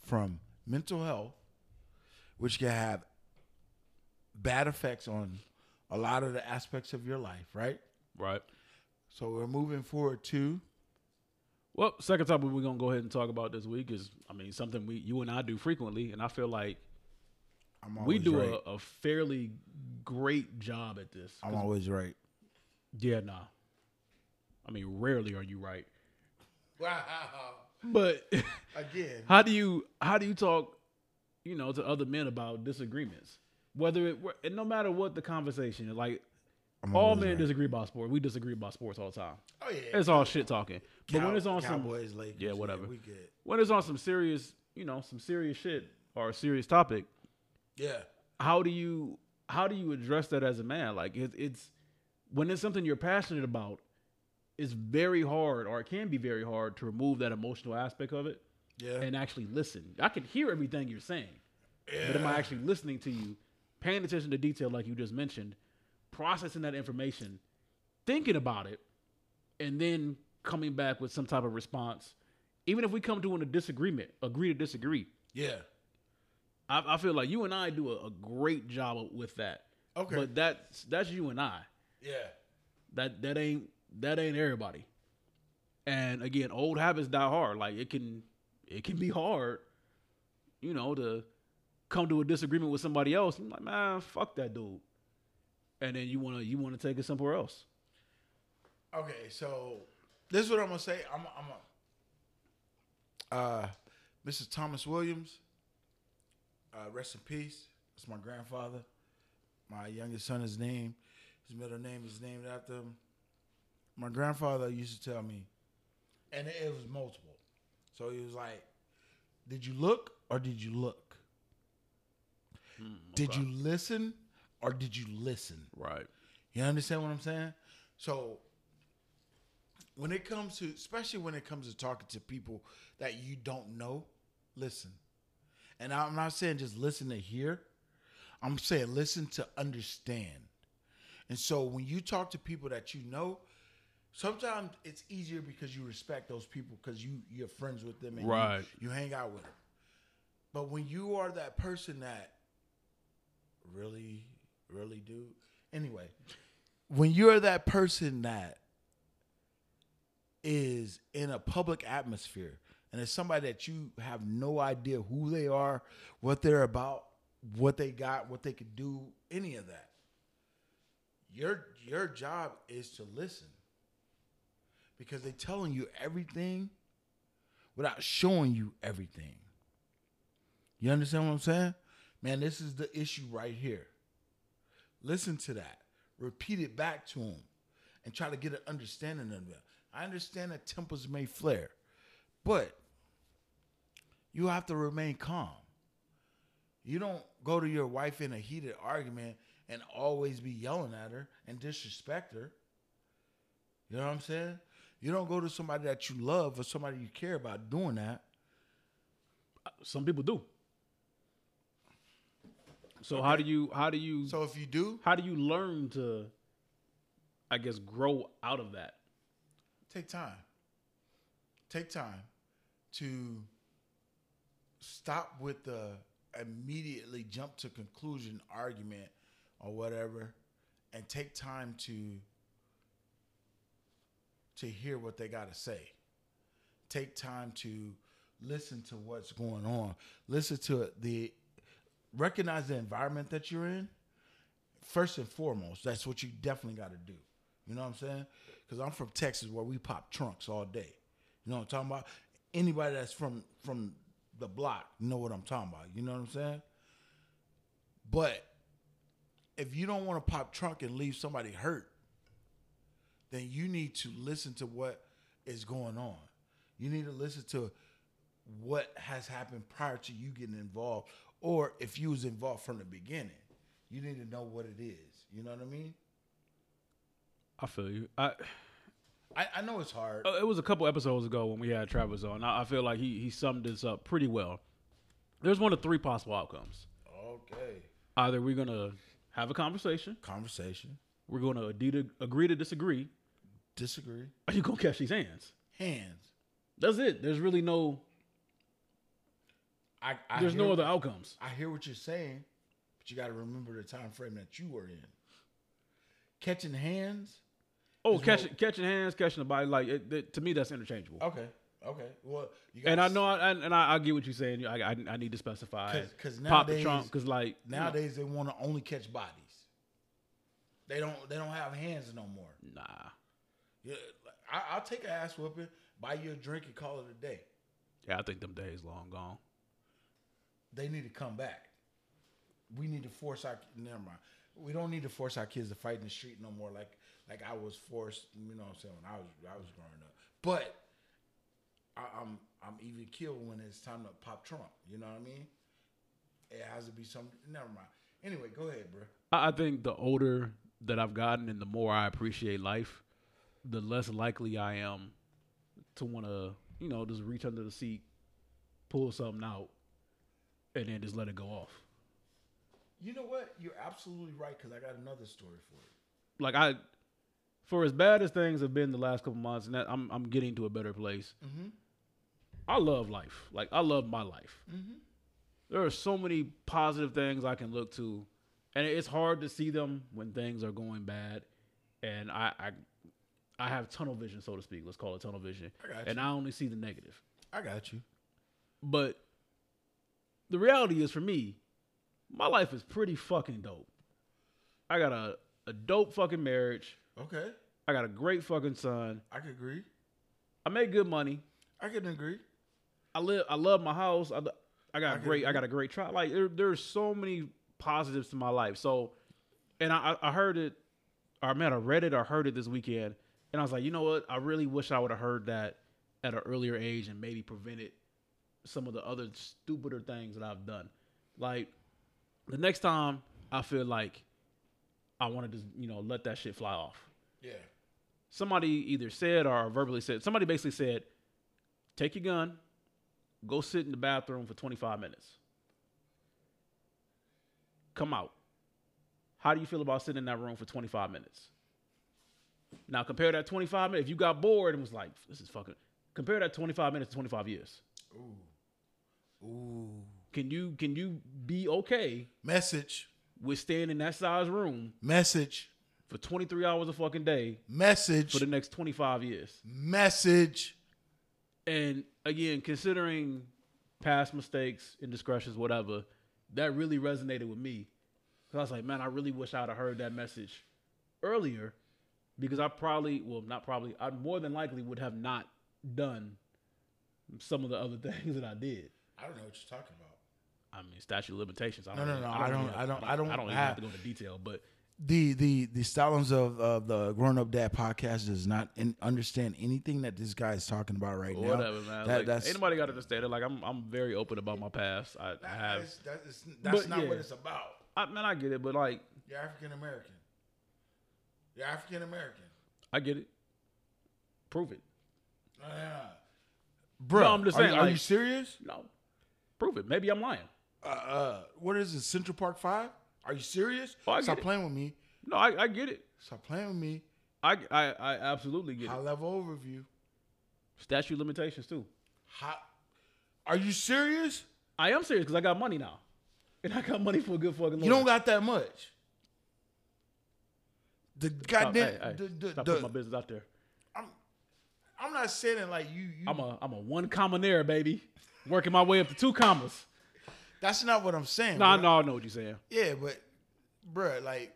from mental health, which can have bad effects on a lot of the aspects of your life, right? Right. So we're moving forward to Well, second topic we're gonna go ahead and talk about this week is I mean something we you and I do frequently, and I feel like I'm we always do right. a, a fairly great job at this. i I'm always right. Yeah, nah. I mean, rarely are you right. Wow. But Again. how do you how do you talk, you know, to other men about disagreements? Whether it were- and no matter what the conversation, like I'm all always men right. disagree about sports. We disagree about sports all the time. Oh yeah. It's all shit talking. but when Cow- it's on some Cowboys, Lakers, Yeah, whatever. we good. when it's on some serious, you know, some serious shit or a serious topic, Yeah. how do you how do you address that as a man? Like it's it's when it's something you're passionate about, it's very hard or it can be very hard to remove that emotional aspect of it Yeah. and actually listen. I can hear everything you're saying, but am I actually listening to you, paying attention to detail like you just mentioned, processing that information, thinking about it, and then coming back with some type of response? Even if we come to a disagreement, agree to disagree. yeah. I, I feel like you and I do a, a great job with that. Okay. But that's that's you and I. yeah. That that ain't that ain't everybody. And again, old habits die hard. Like it can it can be hard, you know, to come to a disagreement with somebody else. I'm like, man, fuck that dude. And then you wanna you wanna take it somewhere else. Okay, so this is what I'm gonna say. I'm, I'm a, uh, Mrs. Thomas Williams. Uh, rest in peace. That's my grandfather. My youngest son is named. His middle name is named after him. My grandfather used to tell me, and it was multiple. So he was like, "Did you look or did you look? Did you listen or did you listen?" Right. You understand what I'm saying? So when it comes to especially when it comes to talking to people that you don't know, listen. And I'm not saying just listen to hear. I'm saying listen to understand. And so when you talk to people that you know, sometimes it's easier because you respect those people because you you're friends with them and you- Right. you hang out with them. But when you are that person that really, really do. Anyway, when you're that person that is in a public atmosphere and it's somebody that you have no idea who they are, what they're about, what they got, what they could do, any of that. Your your job is to listen. Because they're telling you everything without showing you everything. You understand what I'm saying? Man, this is the issue right here. Listen to that. Repeat it back to him and try to get an understanding of it. I understand that tempers may flare, but you have to remain calm. You don't go to your wife in a heated argument and always be yelling at her and disrespect her. You know what I'm saying? You don't go to somebody that you love or somebody you care about doing that. Some people do. So how do you how do you So if you do, how do you learn to I guess grow out of that? take time. Take time to stop with the immediately jump to conclusion argument or whatever and take time to to hear what they got to say. Take time to listen to what's going on. Listen to the recognize the environment that you're in first and foremost, that's what you definitely got to do. You know what I'm saying? Because I'm from Texas where we pop trunks all day. You know what I'm talking about? Anybody that's from from the block know what I'm talking about. You know what I'm saying? But if you don't want to pop trunk and leave somebody hurt, then you need to listen to what is going on. You need to listen to what has happened prior to you getting involved, or if you was involved from the beginning. You need to know what it is. You know what I mean? I feel you. I, I, I know it's hard. Uh, it was a couple episodes ago when we had Travis on. I, I feel like he he summed this up pretty well. There's one of three possible outcomes. Okay. Either we're gonna have a conversation, Conversation. we're gonna agree to, agree to disagree, Disagree. or you gonna catch these hands. Hands. That's it. There's really no. I, I There's no hear- other outcomes. I hear what you're saying, but you got to remember the time frame that you were in. Catching hands. Oh, There's catching catching hands, catching the body. Like it, it- to me, that's interchangeable. Okay. Okay. Well, you and I gotta know, s- I, and I, I get what you're saying. You- I, I, I need to specify. 'Cause- 'cause pop the nowadays- trunk because like you know, nowadays they want to only catch bodies. They don't. They don't have hands no more. nah, Yeah, I, I'll take an ass whooping, buy you a drink, and call it a day. yeah, I think them days long gone. They need to come back. We need to force our. Never mind. We don't need to force our kids to fight in the street no more. Like like I was forced. You know what I'm saying? When I was I was growing up, but I, I'm I'm even killed when it's time to pop Trump. You know what I mean? It has to be some. Never mind. Anyway, go ahead, bro. I, I think the older that I've gotten and the more I appreciate life, the less likely I am to want to, you know, just reach under the seat, pull something out, and then just let it go off. You know what? You're absolutely right because I got another story for you. Like I, for as bad as things have been the last couple months, and that, I'm I'm getting to a better place. Mm-hmm. I love life. Like I love my life. There are so many positive things I can look to, and it's hard to see them when things are going bad. And I, I, I have tunnel vision, so to speak. Let's call it tunnel vision. I got and you. I only see the negative. I got you. But the reality is, for me, my life is pretty fucking dope. I got a a dope fucking marriage. Okay, I got a great fucking son. I can agree. I make good money. I can agree. I live. I love my house. I, I got I get great. it. I got a great try. Like there, there's so many positives to my life. So, and I, I I heard it, or man, I read it or heard it this weekend, and I was like, you know what? I really wish I would have heard that at an earlier age and maybe prevented some of the other stupider things that I've done. Like the next time, I feel like I want to just you know let that shit fly off Yeah. somebody either said or verbally said somebody basically said take your gun go sit in the bathroom for 25 minutes come out how do you feel about sitting in that room for 25 minutes now compare that 25 minutes if you got bored and was like this is fucking compare that 25 minutes to 25 years Ooh. Ooh. can you can you be okay Message. with staying in that size room Message. for 23 hours a fucking day Message. for the next 25 years message. And again, considering past mistakes, indiscretions, whatever, that really resonated with me. Cause I was like, man, I really wish I'd have heard that message earlier, because I probably, well, not probably, I more than likely would have not done some of the other things that I did. I don't know what you're talking about. I mean, statute of limitations. I No, no, really- no, I really don't- have- I don't- I I don't don't, even have- have to go into detail, but The the the Stallings of, of the Grown Up Dad podcast does not in, understand anything that this guy is talking about right now. whatever, man. That- like, that's, ain't nobody got to understand it. Like, I'm, I'm very open about my past. I, I have, that's, that's, that's But, not yeah. what it's about. I, man, I get it, but like, You're African American. You're African American. I get it. Prove it. Bro, No, I'm just are, saying, you- are like- you serious? No. Prove it. Maybe I'm lying. Uh, uh, what is it, Central Park Five? Are you serious? Oh, I get Stop it. playing with me. No, I, I get it. Stop playing with me. I, I, I absolutely get High it. level overview. Statute limitations too. How? Are you serious? I am serious because I got money now, and I got money for a good fucking. You don't got that much. The Stop, goddamn. Oh, hey, hey, the, the, stop the- putting my business out there. I'm, I'm not saying it like you. you I'm a I'm a one commonaire baby, working my way up to two commas. that's not what I'm saying. No, bruh. no, I know what you're saying. Yeah, but, bruh, like,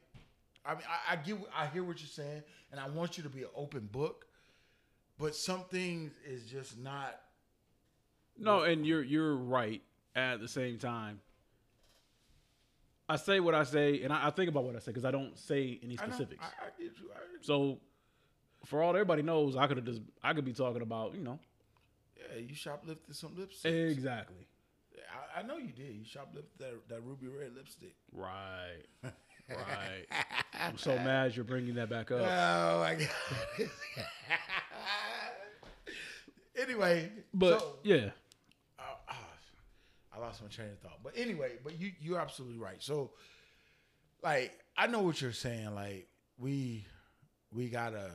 I mean, I, I get, I hear what you're saying, and I want you to be an open book, but some things is just not. No, and you're you're right. At the same time, I say what I say, and I, I think about what I say because I don't say any I know, specifics. I, I get you. I, So, for all everybody knows, I could have just I could be talking about you know Yeah, you shoplifted some lipsticks. Exactly. I, I know you did. You shoplifted that, that ruby red lipstick. Right. Right. I'm so mad you're bringing that back up. Oh my god. anyway, But so- yeah, oh, ah, I lost my train of thought. But anyway, but you you're absolutely right. So, like, I know what you're saying. Like, we we gotta.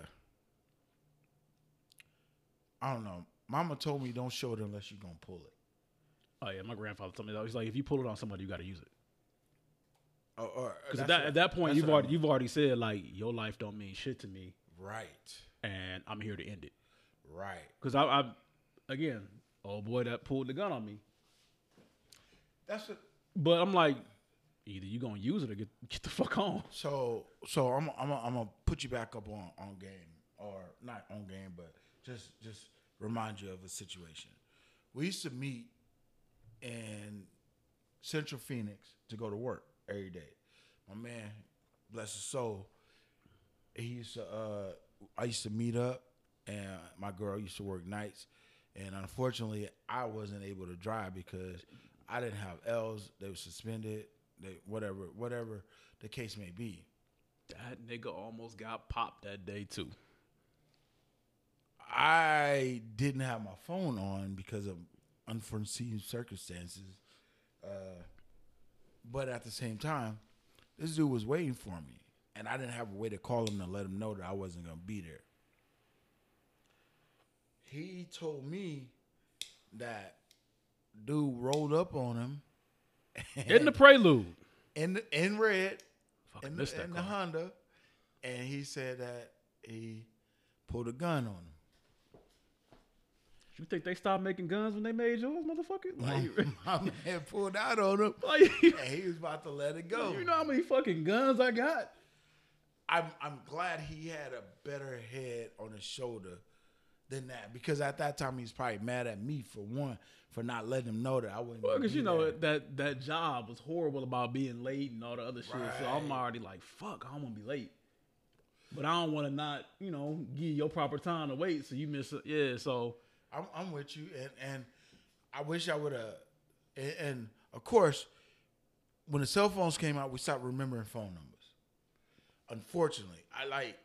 I don't know. Mama told me don't show it unless you're gonna pull it. oh yeah, my grandfather told me that. He's like, if you pull it on somebody, you got to use it. Or, or Oh, Because at that's that what- at that point, that's you've what already I'm- you've already said like your life don't mean shit to me, right, and I'm here to end it. right. Because I, I, again, oh boy, that pulled the gun on me. That's what. But I'm like, either you gonna use it or get get the fuck on. So so I'm I'm I'm gonna put you back up on on game or not on game, but just just remind you of a situation. We used to meet in Central Phoenix to go to work every day. My man, bless his soul, he used to uh I used to meet up and my girl used to work nights and unfortunately I wasn't able to drive because I didn't have L's, they were suspended, they whatever, whatever the case may be. That nigga almost got popped that day too. I didn't have my phone on because of unforeseen circumstances. Uh, but at the same time, this dude was waiting for me, and I didn't have a way to call him to let him know that I wasn't gonna be there. He told me that dude rolled up on him In the prelude, in the, in red fucking in, missed the, that in the car. Honda, and he said that he pulled a gun on him. You think they stopped making guns when they made yours, motherfucker? Like, my man pulled out on him, like you and Oh. he was about to let it go. know how many fucking guns I got? I'm I'm glad he had a better head on his shoulder than that because at that time he's probably mad at me for one for not letting him know that I wouldn't. Well, be cause you know there. that that job was horrible about being late and all the other shit. So I'm Right. already like, fuck, I don't want to be late, but I don't want to not, you know, give you your proper time to wait. So you miss, it. yeah. So I'm I'm with you, and and I wish I would have. And, and of course, when the cell phones came out, we stopped remembering phone numbers. Unfortunately, I like.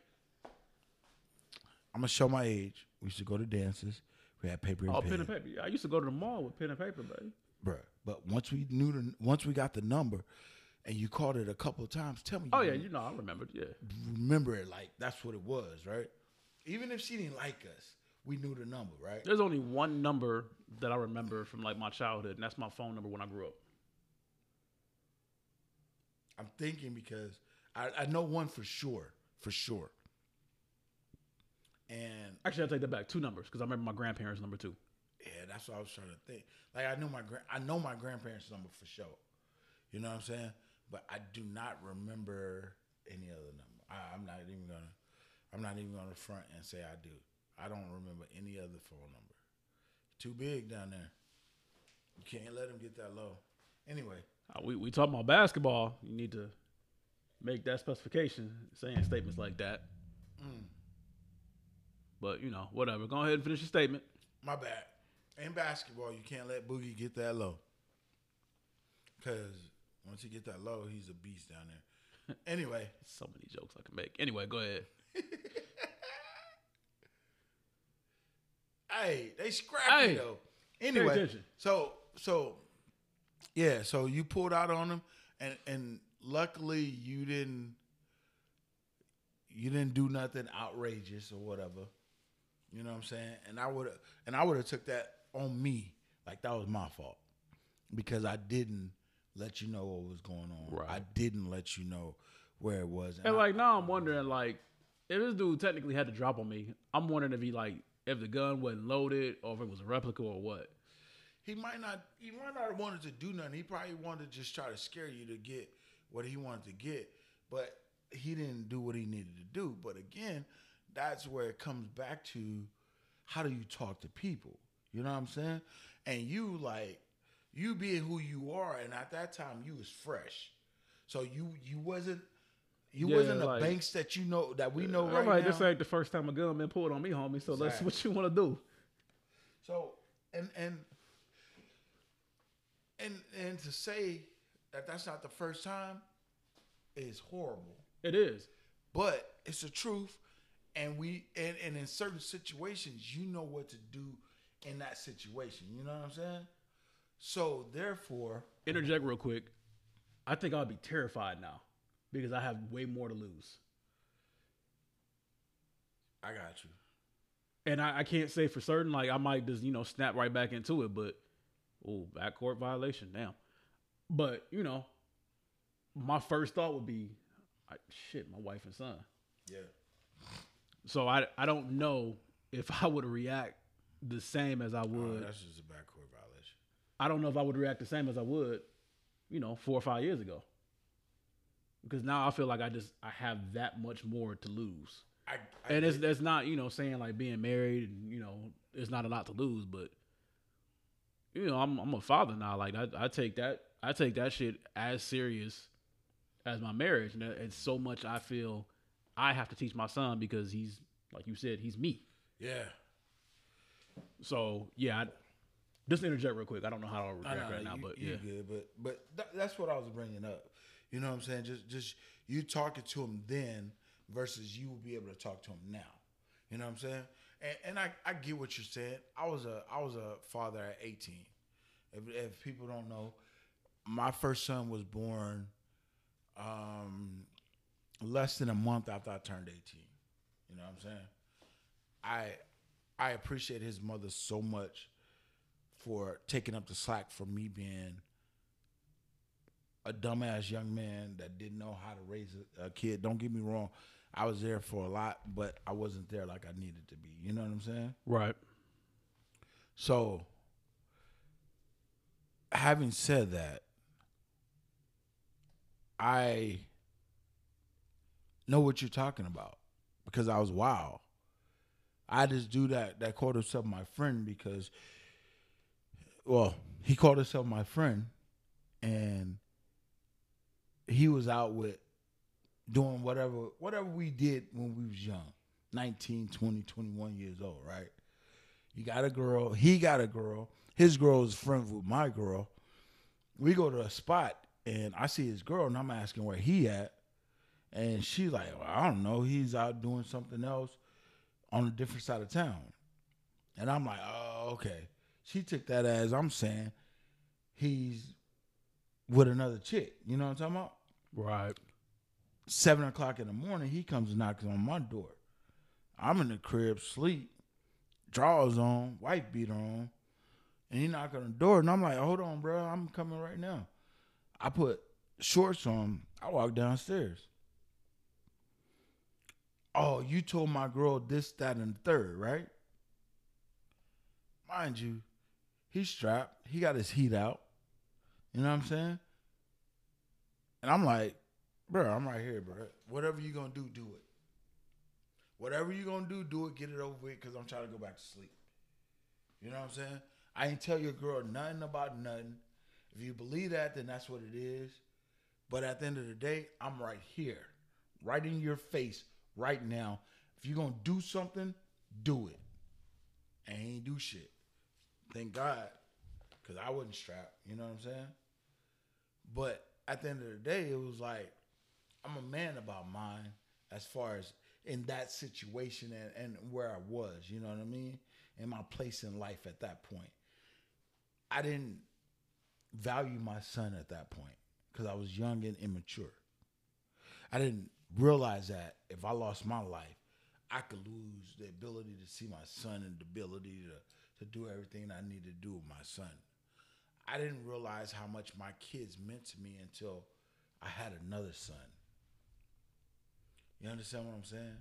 I'm gonna show my age. We used to go to dances. We had paper and oh, pen. pen and paper. I used to go to the mall with pen and paper, baby. bruh. But once we knew the once we got the number, and you called it a couple of times, tell me. Oh yeah, you know, I remembered. Yeah, remember it like that's what it was, right? Even if she didn't like us, we knew the number, right? there's only one number that I remember from like my childhood, and that's my phone number when I grew up. I'm thinking because I, I know one for sure, for sure. And Actually, I take that back. Two numbers because I remember my grandparents' number too. yeah, that's what I was trying to think. Like I knew my grand, I know my grandparents' number for sure. You know what I'm saying? But I do not remember any other number. I, I'm not even gonna. I'm not even gonna front and say I do. I don't remember any other phone number. Too big down there. You can't let them get that low. Anyway, Uh, we we talking about basketball. You need to make that specification, saying statements like that. Mm. But you know, whatever. Go ahead and finish your statement. my bad. In basketball, you can't let Boogie get that low. Cause once he get that low, he's a beast down there. Anyway, So many jokes I can make. Anyway, go ahead. Hey, they scrappy Hey, though. Anyway, attention. so so yeah, so you pulled out on them, and and luckily you didn't you didn't do nothing outrageous or whatever. You know what I'm saying? And I would and I would have took that on me, like that was my fault because I didn't let you know what was going on. Right. I didn't let you know where it was. And I- like now, I'm wondering like if this dude technically had to drop on me. I'm wondering if he like if the gun wasn't loaded or if it was a replica or what. He might not. He might not have wanted to do nothing. He probably wanted to just try to scare you to get what he wanted to get, but he didn't do what he needed to do. But again, that's where it comes back to how do you talk to people? You know what I'm saying? And you like you being who you are, and at that time you was fresh, so you you wasn't you Yeah, wasn't like- the banks that you know that we know I'm right like, now. this ain't the first time a gun been pulled on me, homie. So that's Exactly. what you want to do. So and and and and to say that that's not the first time is horrible. It is. But it's the truth, and we and, and in certain situations, you know what to do in that situation. You know what I'm saying? So therefore, Interject real quick. I think I'll be terrified now because I have way more to lose. I got you. And I, I can't say for certain, like I might just, you know, snap right back into it, but oh, backcourt violation, damn. But, you know, my first thought would be, I, shit, my wife and son. Yeah. So I I don't know if I would react the same as I would. that's just a backcourt violation. I don't know if I would react the same as I would, you know, four or five years ago. Because now I feel like I just I have that much more to lose. I, I and it's get- that's not you know saying like being married and you know it's not a lot to lose, but you know I'm I'm a father now. Like I, I take that I take that shit as serious as my marriage, and that- it's so much I feel I have to teach my son because he's like you said he's me. yeah. So yeah, I, just interject real quick. I don't know how to I react know right now, you, but you yeah, good. But but tha- that's what I was bringing up. You know what I'm saying? Just just you talking to him then versus you will be able to talk to him now. You know what I'm saying? And, and I, I get what you're saying. I was a I was a father at 18. If, if people don't know, my first son was born um, less than a month after I turned 18. You know what I'm saying? I I appreciate his mother so much for taking up the slack for me being a dumbass young man that didn't know how to raise a, a kid. Don't get me wrong, I was there for a lot, but I wasn't there like I needed to be. You know what I'm saying? right. So, having said that, I know what you're talking about because I was wild. I just do that that called himself my friend because well, he called himself my friend and he was out with doing whatever whatever we did when we was young 19 20 21 years old right you got a girl he got a girl his girl is friends with my girl we go to a spot and i see his girl and i'm asking where he at and she like well, i don't know he's out doing something else on a different side of town and i'm like oh okay she took that as i'm saying he's with another chick you know what i'm talking about Right. seven o'clock in the morning, he comes and knocks on my door. I'm in the crib, sleep, drawers on, white beater on, and he knock on the door, and I'm like, "Hold on, bro, I'm coming right now." I put shorts on. I walk downstairs. Oh, you told my girl this, that, and the third, right? Mind you, he's strapped. He got his heat out. You know what I'm saying? And I'm like, bro, I'm right here, bro. Whatever you gonna do, do it. Whatever you gonna do, do it. Get it over with, cause I'm trying to go back to sleep. You know what I'm saying? I ain't tell your girl nothing about nothing. If you believe that, then that's what it is. But at the end of the day, I'm right here, right in your face, right now. If you gonna do something, do it. And he ain't do shit. Thank God, cause I wasn't strapped. You know what I'm saying? But at the end of the day, it was like I'm a man about mine as far as in that situation and, and where I was, you know what I mean? And my place in life at that point. I didn't value my son at that point because I was young and immature. I didn't realize that if I lost my life, I could lose the ability to see my son and the ability to, to do everything I need to do with my son. I didn't realize how much my kids meant to me until I had another son. You understand what I'm saying?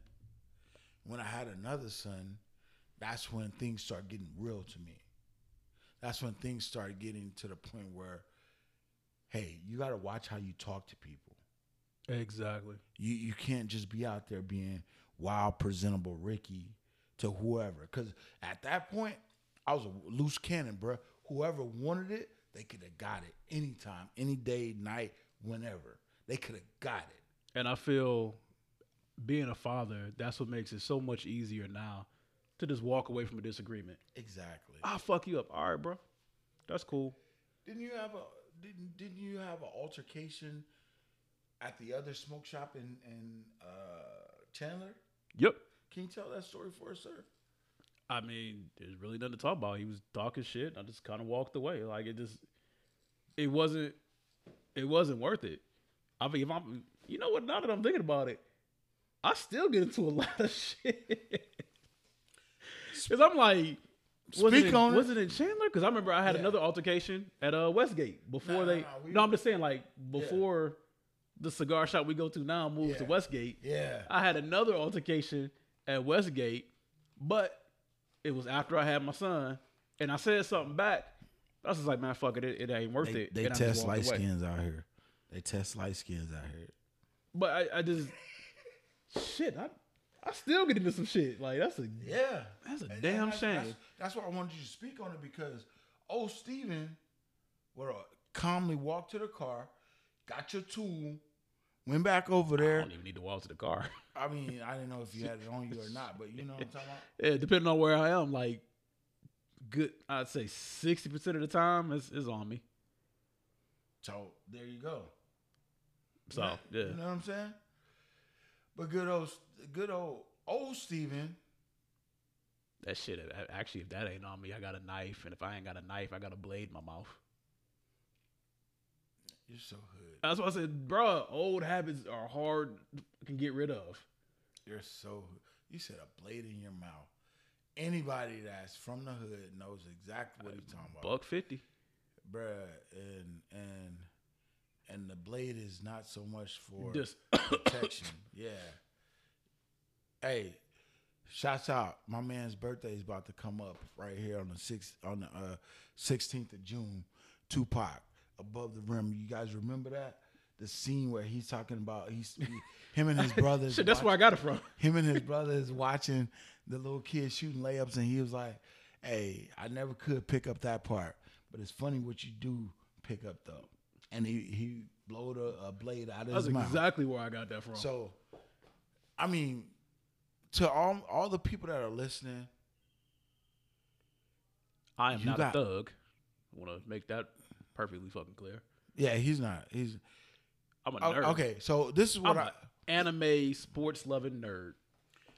When I had another son, that's when things start getting real to me. That's when things start getting to the point where, hey, you got to watch how you talk to people. Exactly. You you can't just be out there being wild, presentable Ricky to whoever. Because at that point, I was a loose cannon, bruh. Whoever wanted it, they could have got it anytime, any day, night, whenever. They could have got it. And I feel being a father, that's what makes it so much easier now to just walk away from a disagreement. Exactly. I'll fuck you up. All right, bro. That's cool. Didn't you have a didn't didn't you have an altercation at the other smoke shop in in uh, Chandler? Yep. Can you tell that story for us, sir? I mean, there's really nothing to talk about. He was talking shit. and I just kind of walked away. Like it just, it wasn't, it wasn't worth it. I mean, if I'm, you know what? Now that I'm thinking about it, I still get into a lot of shit. Cause I'm like, was Speak it in, on it. was it in Chandler? Cause I remember I had Yeah. another altercation at uh Westgate before No, no, they. No, no, we- I'm just saying like before the cigar shop we go to now moved to Yeah. Westgate. Yeah. I had another altercation at Westgate, but it was after I had my son, and I said something back. I was just like, man, fuck it, it, it ain't worth They, it. they and I just test walked light away. skins out here. They test light skins out here. But I, I just, shit, I, I still get into some shit. Like that's a Yeah. that's a And- damn and that's, shame. That's, that's why I wanted you to speak on it because old Steven would uh, calmly walk to the car, got your tool, went back over I there. don't even need to walk to the car. I, mean, I didn't know if you had it on you or not, but you know what I'm talking about? yeah, depending on where I am, like good, I'd say sixty percent of the time is is on me. So there you go. So yeah, You know what I'm saying? But good old, good old, old Steven. that shit. a- Actually, if that ain't on me, I got a knife, and if I ain't got a knife, I got a blade in my mouth. You're so hood. That's why I said, bruh, old habits are hard to get rid of. You're so hood. You said a blade in your mouth. Anybody that's from the hood knows exactly what he's talking about. Buck fifty. bruh, and and and the blade is not so much for Just protection. yeah. Hey, shouts out. My man's birthday is about to come up right here on the sixth on the uh, sixteenth of June. Tupac above the rim. You guys remember that? The scene where he's talking about he's he- him and his brothers. shit, that's where I got it from. him and his brother is watching the little kid shooting layups, and he was like, "Hey, I never could pick up that part, but it's funny what you do pick up though." And he he blowed a, a blade out of That's his mouth. exactly where I got that from. So, I mean, to all all the people that are listening, I am you not got- a thug. I want to make that perfectly fucking clear. yeah, he's not. He's I'm a oh, nerd. okay. So this is what I'm I an anime sports loving nerd.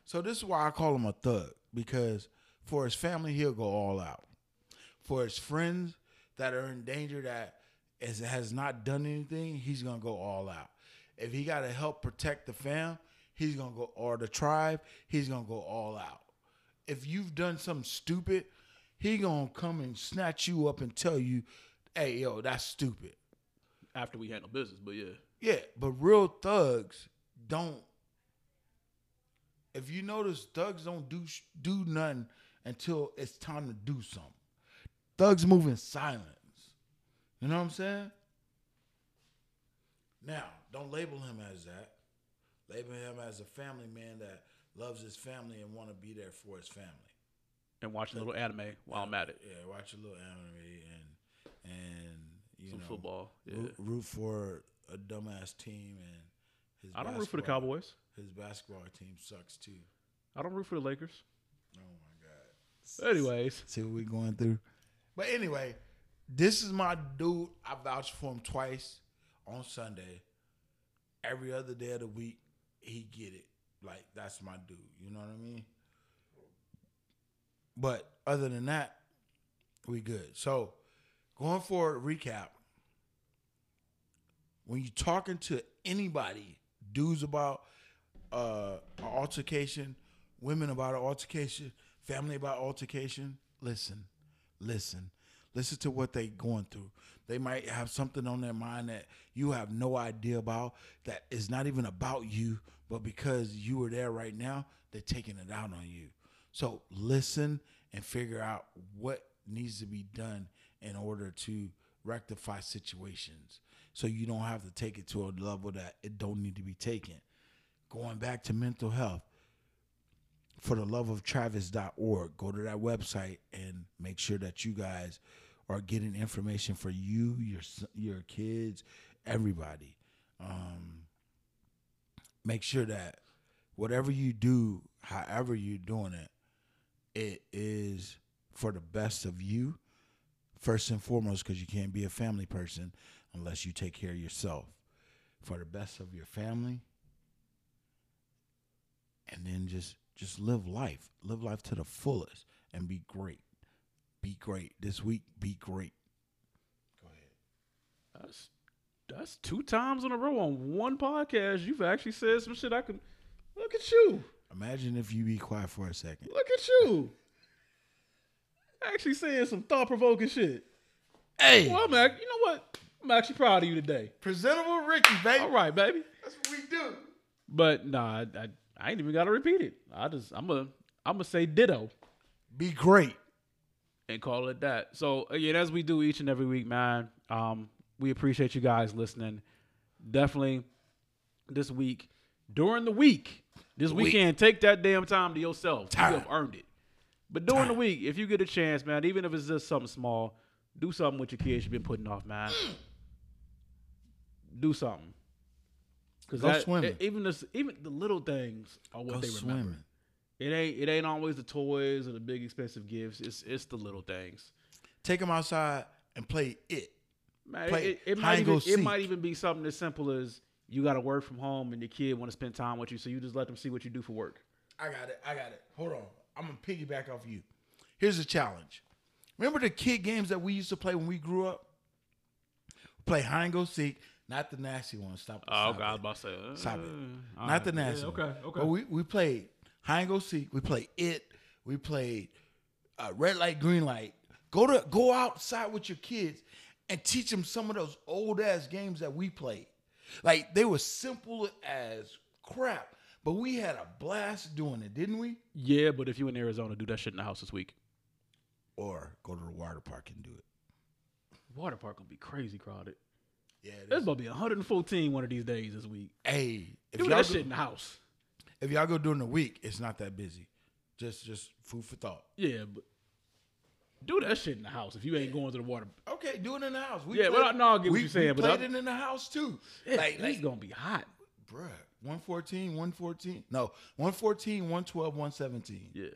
So this is why I call him a thug because for his family he'll go all out. For his friends that are in danger that is, has not done anything, he's gonna go all out. If he gotta help protect the fam, he's gonna go or the tribe, he's gonna go all out. If you've done something stupid, he gonna come and snatch you up and tell you, "Hey, yo, that's stupid." After we handle business, but yeah, Yeah, but real thugs don't. If you notice, thugs don't do sh- do nothing until it's time to do something. Thugs move in silence. You know what I'm saying? Now, don't label him as that. Label him as a family man that loves his family and want to be there for his family. and watch a little anime while I'm at it. Yeah, watch a little anime and and you Some know football. Yeah. root, root for a dumbass team and his I don't root for the basketball- Cowboys. His basketball team sucks too. I don't root for the Lakers. Oh my god. Anyways, See what we're going through. But anyway, this is my dude. I vouched for him twice on Sunday. Every other day of the week, he get it. Like that's my dude. You know what I mean? But other than that, we good. So going for a recap. When you talking to anybody, dudes about uh an altercation, women about an altercation, family about altercation, listen, listen, listen to what they going through. They might have something on their mind that you have no idea about that is not even about you, but because you were there right now, they're taking it out on you. So listen and figure out what needs to be done in order to rectify situations so you don't have to take it to a level that it don't need to be taken going back to mental health for the love of travis.org go to that website and make sure that you guys are getting information for you your s- your kids everybody um make sure that whatever you do however you're doing it it is for the best of you first and foremost because you can't be a family person unless you take care of yourself for the best of your family and then just just live life live life to the fullest and be great be great this week be great go ahead That's that's two times in a row on one podcast. You've actually said some shit I can. Look at you. imagine if you be quiet for a second Look at you. Actually saying some thought provoking shit. hey Well, I'm act- you know what? I'm actually proud of you today. presentable ricky baby All right, baby. that's what we do But nah, I, I, I ain't even gotta repeat it. I just I'm a I'm gonna say ditto. be great and call it that. So again, as we do each and every week, man, um, we appreciate you guys listening. Definitely this week, during the week, this Week. weekend, take that damn time to yourself. Time. You have earned it. But during the week, if you get a chance, man, even if it's just something small, do something with your kids you've been putting off, man. do something. Cause Go that- e, swimming. even this, even the little things are what go they remember. swimming It ain't it ain't always the toys or the big expensive gifts. It's it's the little things. take them outside and play it Man, Play- it, it hide might and go even, it seek. might even be something as simple as you got to work from home and your kid want to spend time with you, so you just let them see what you do for work. I got it. I got it. Hold on. I'm gonna piggyback off you. Here's a challenge. Remember the kid games that we used to play when we grew up? Play hide and go seek, not the nasty one. Stop. stop it. about to say, uh, Stop it. all Not right. the Oh. nasty. Yeah, one. okay, okay. But we we played hide and go seek. We played it. We played uh, red light, green light. Go to go outside with your kids and teach them some of those old ass games that we played. Like they were simple as crap, but we had a blast doing it, didn't we? yeah, but if you in Arizona, do that shit in the house this week. or go to the water park and do it. Water park gonna be crazy crowded. Yeah, it There's is. gonna be 114 one of these days this week. hey, if do y'all that go, shit in the house. if y'all go during the week, it's not that busy. Just just food for thought. Yeah, but do that shit in the house if you ain't going to the water. Okay, do it in the house. We Yeah, well, no, I get what we- you're saying, we but I- played it in the house too. It's, like, it's like gonna be hot. bruh, 114, 114. No, 114, 112, 117. Yeah,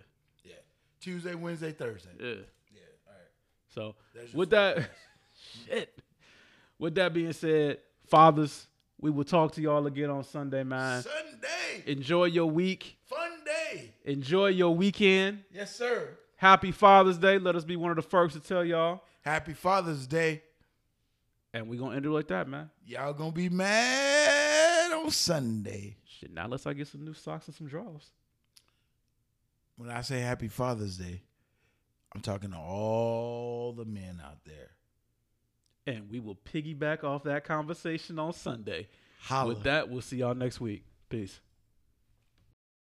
Yeah. Tuesday, Wednesday, Thursday. yeah. Yeah, all right. So That's your with that shit. With that being said, fathers, we will talk to y'all again on Sunday, man. Sunday, Enjoy your week. fun day. Enjoy your weekend. Yes, sir. Happy Father's Day. Let us be one of the first to tell y'all. Happy Father's Day. And we're gonna end it like that, man. Y'all gonna be mad on Sunday. Shit, not unless I get some new socks and some drawers. when I say Happy Father's Day, I'm talking to all the men out there. And we will piggyback off that conversation on Sunday. Holla. With that, we'll see y'all next week. Peace.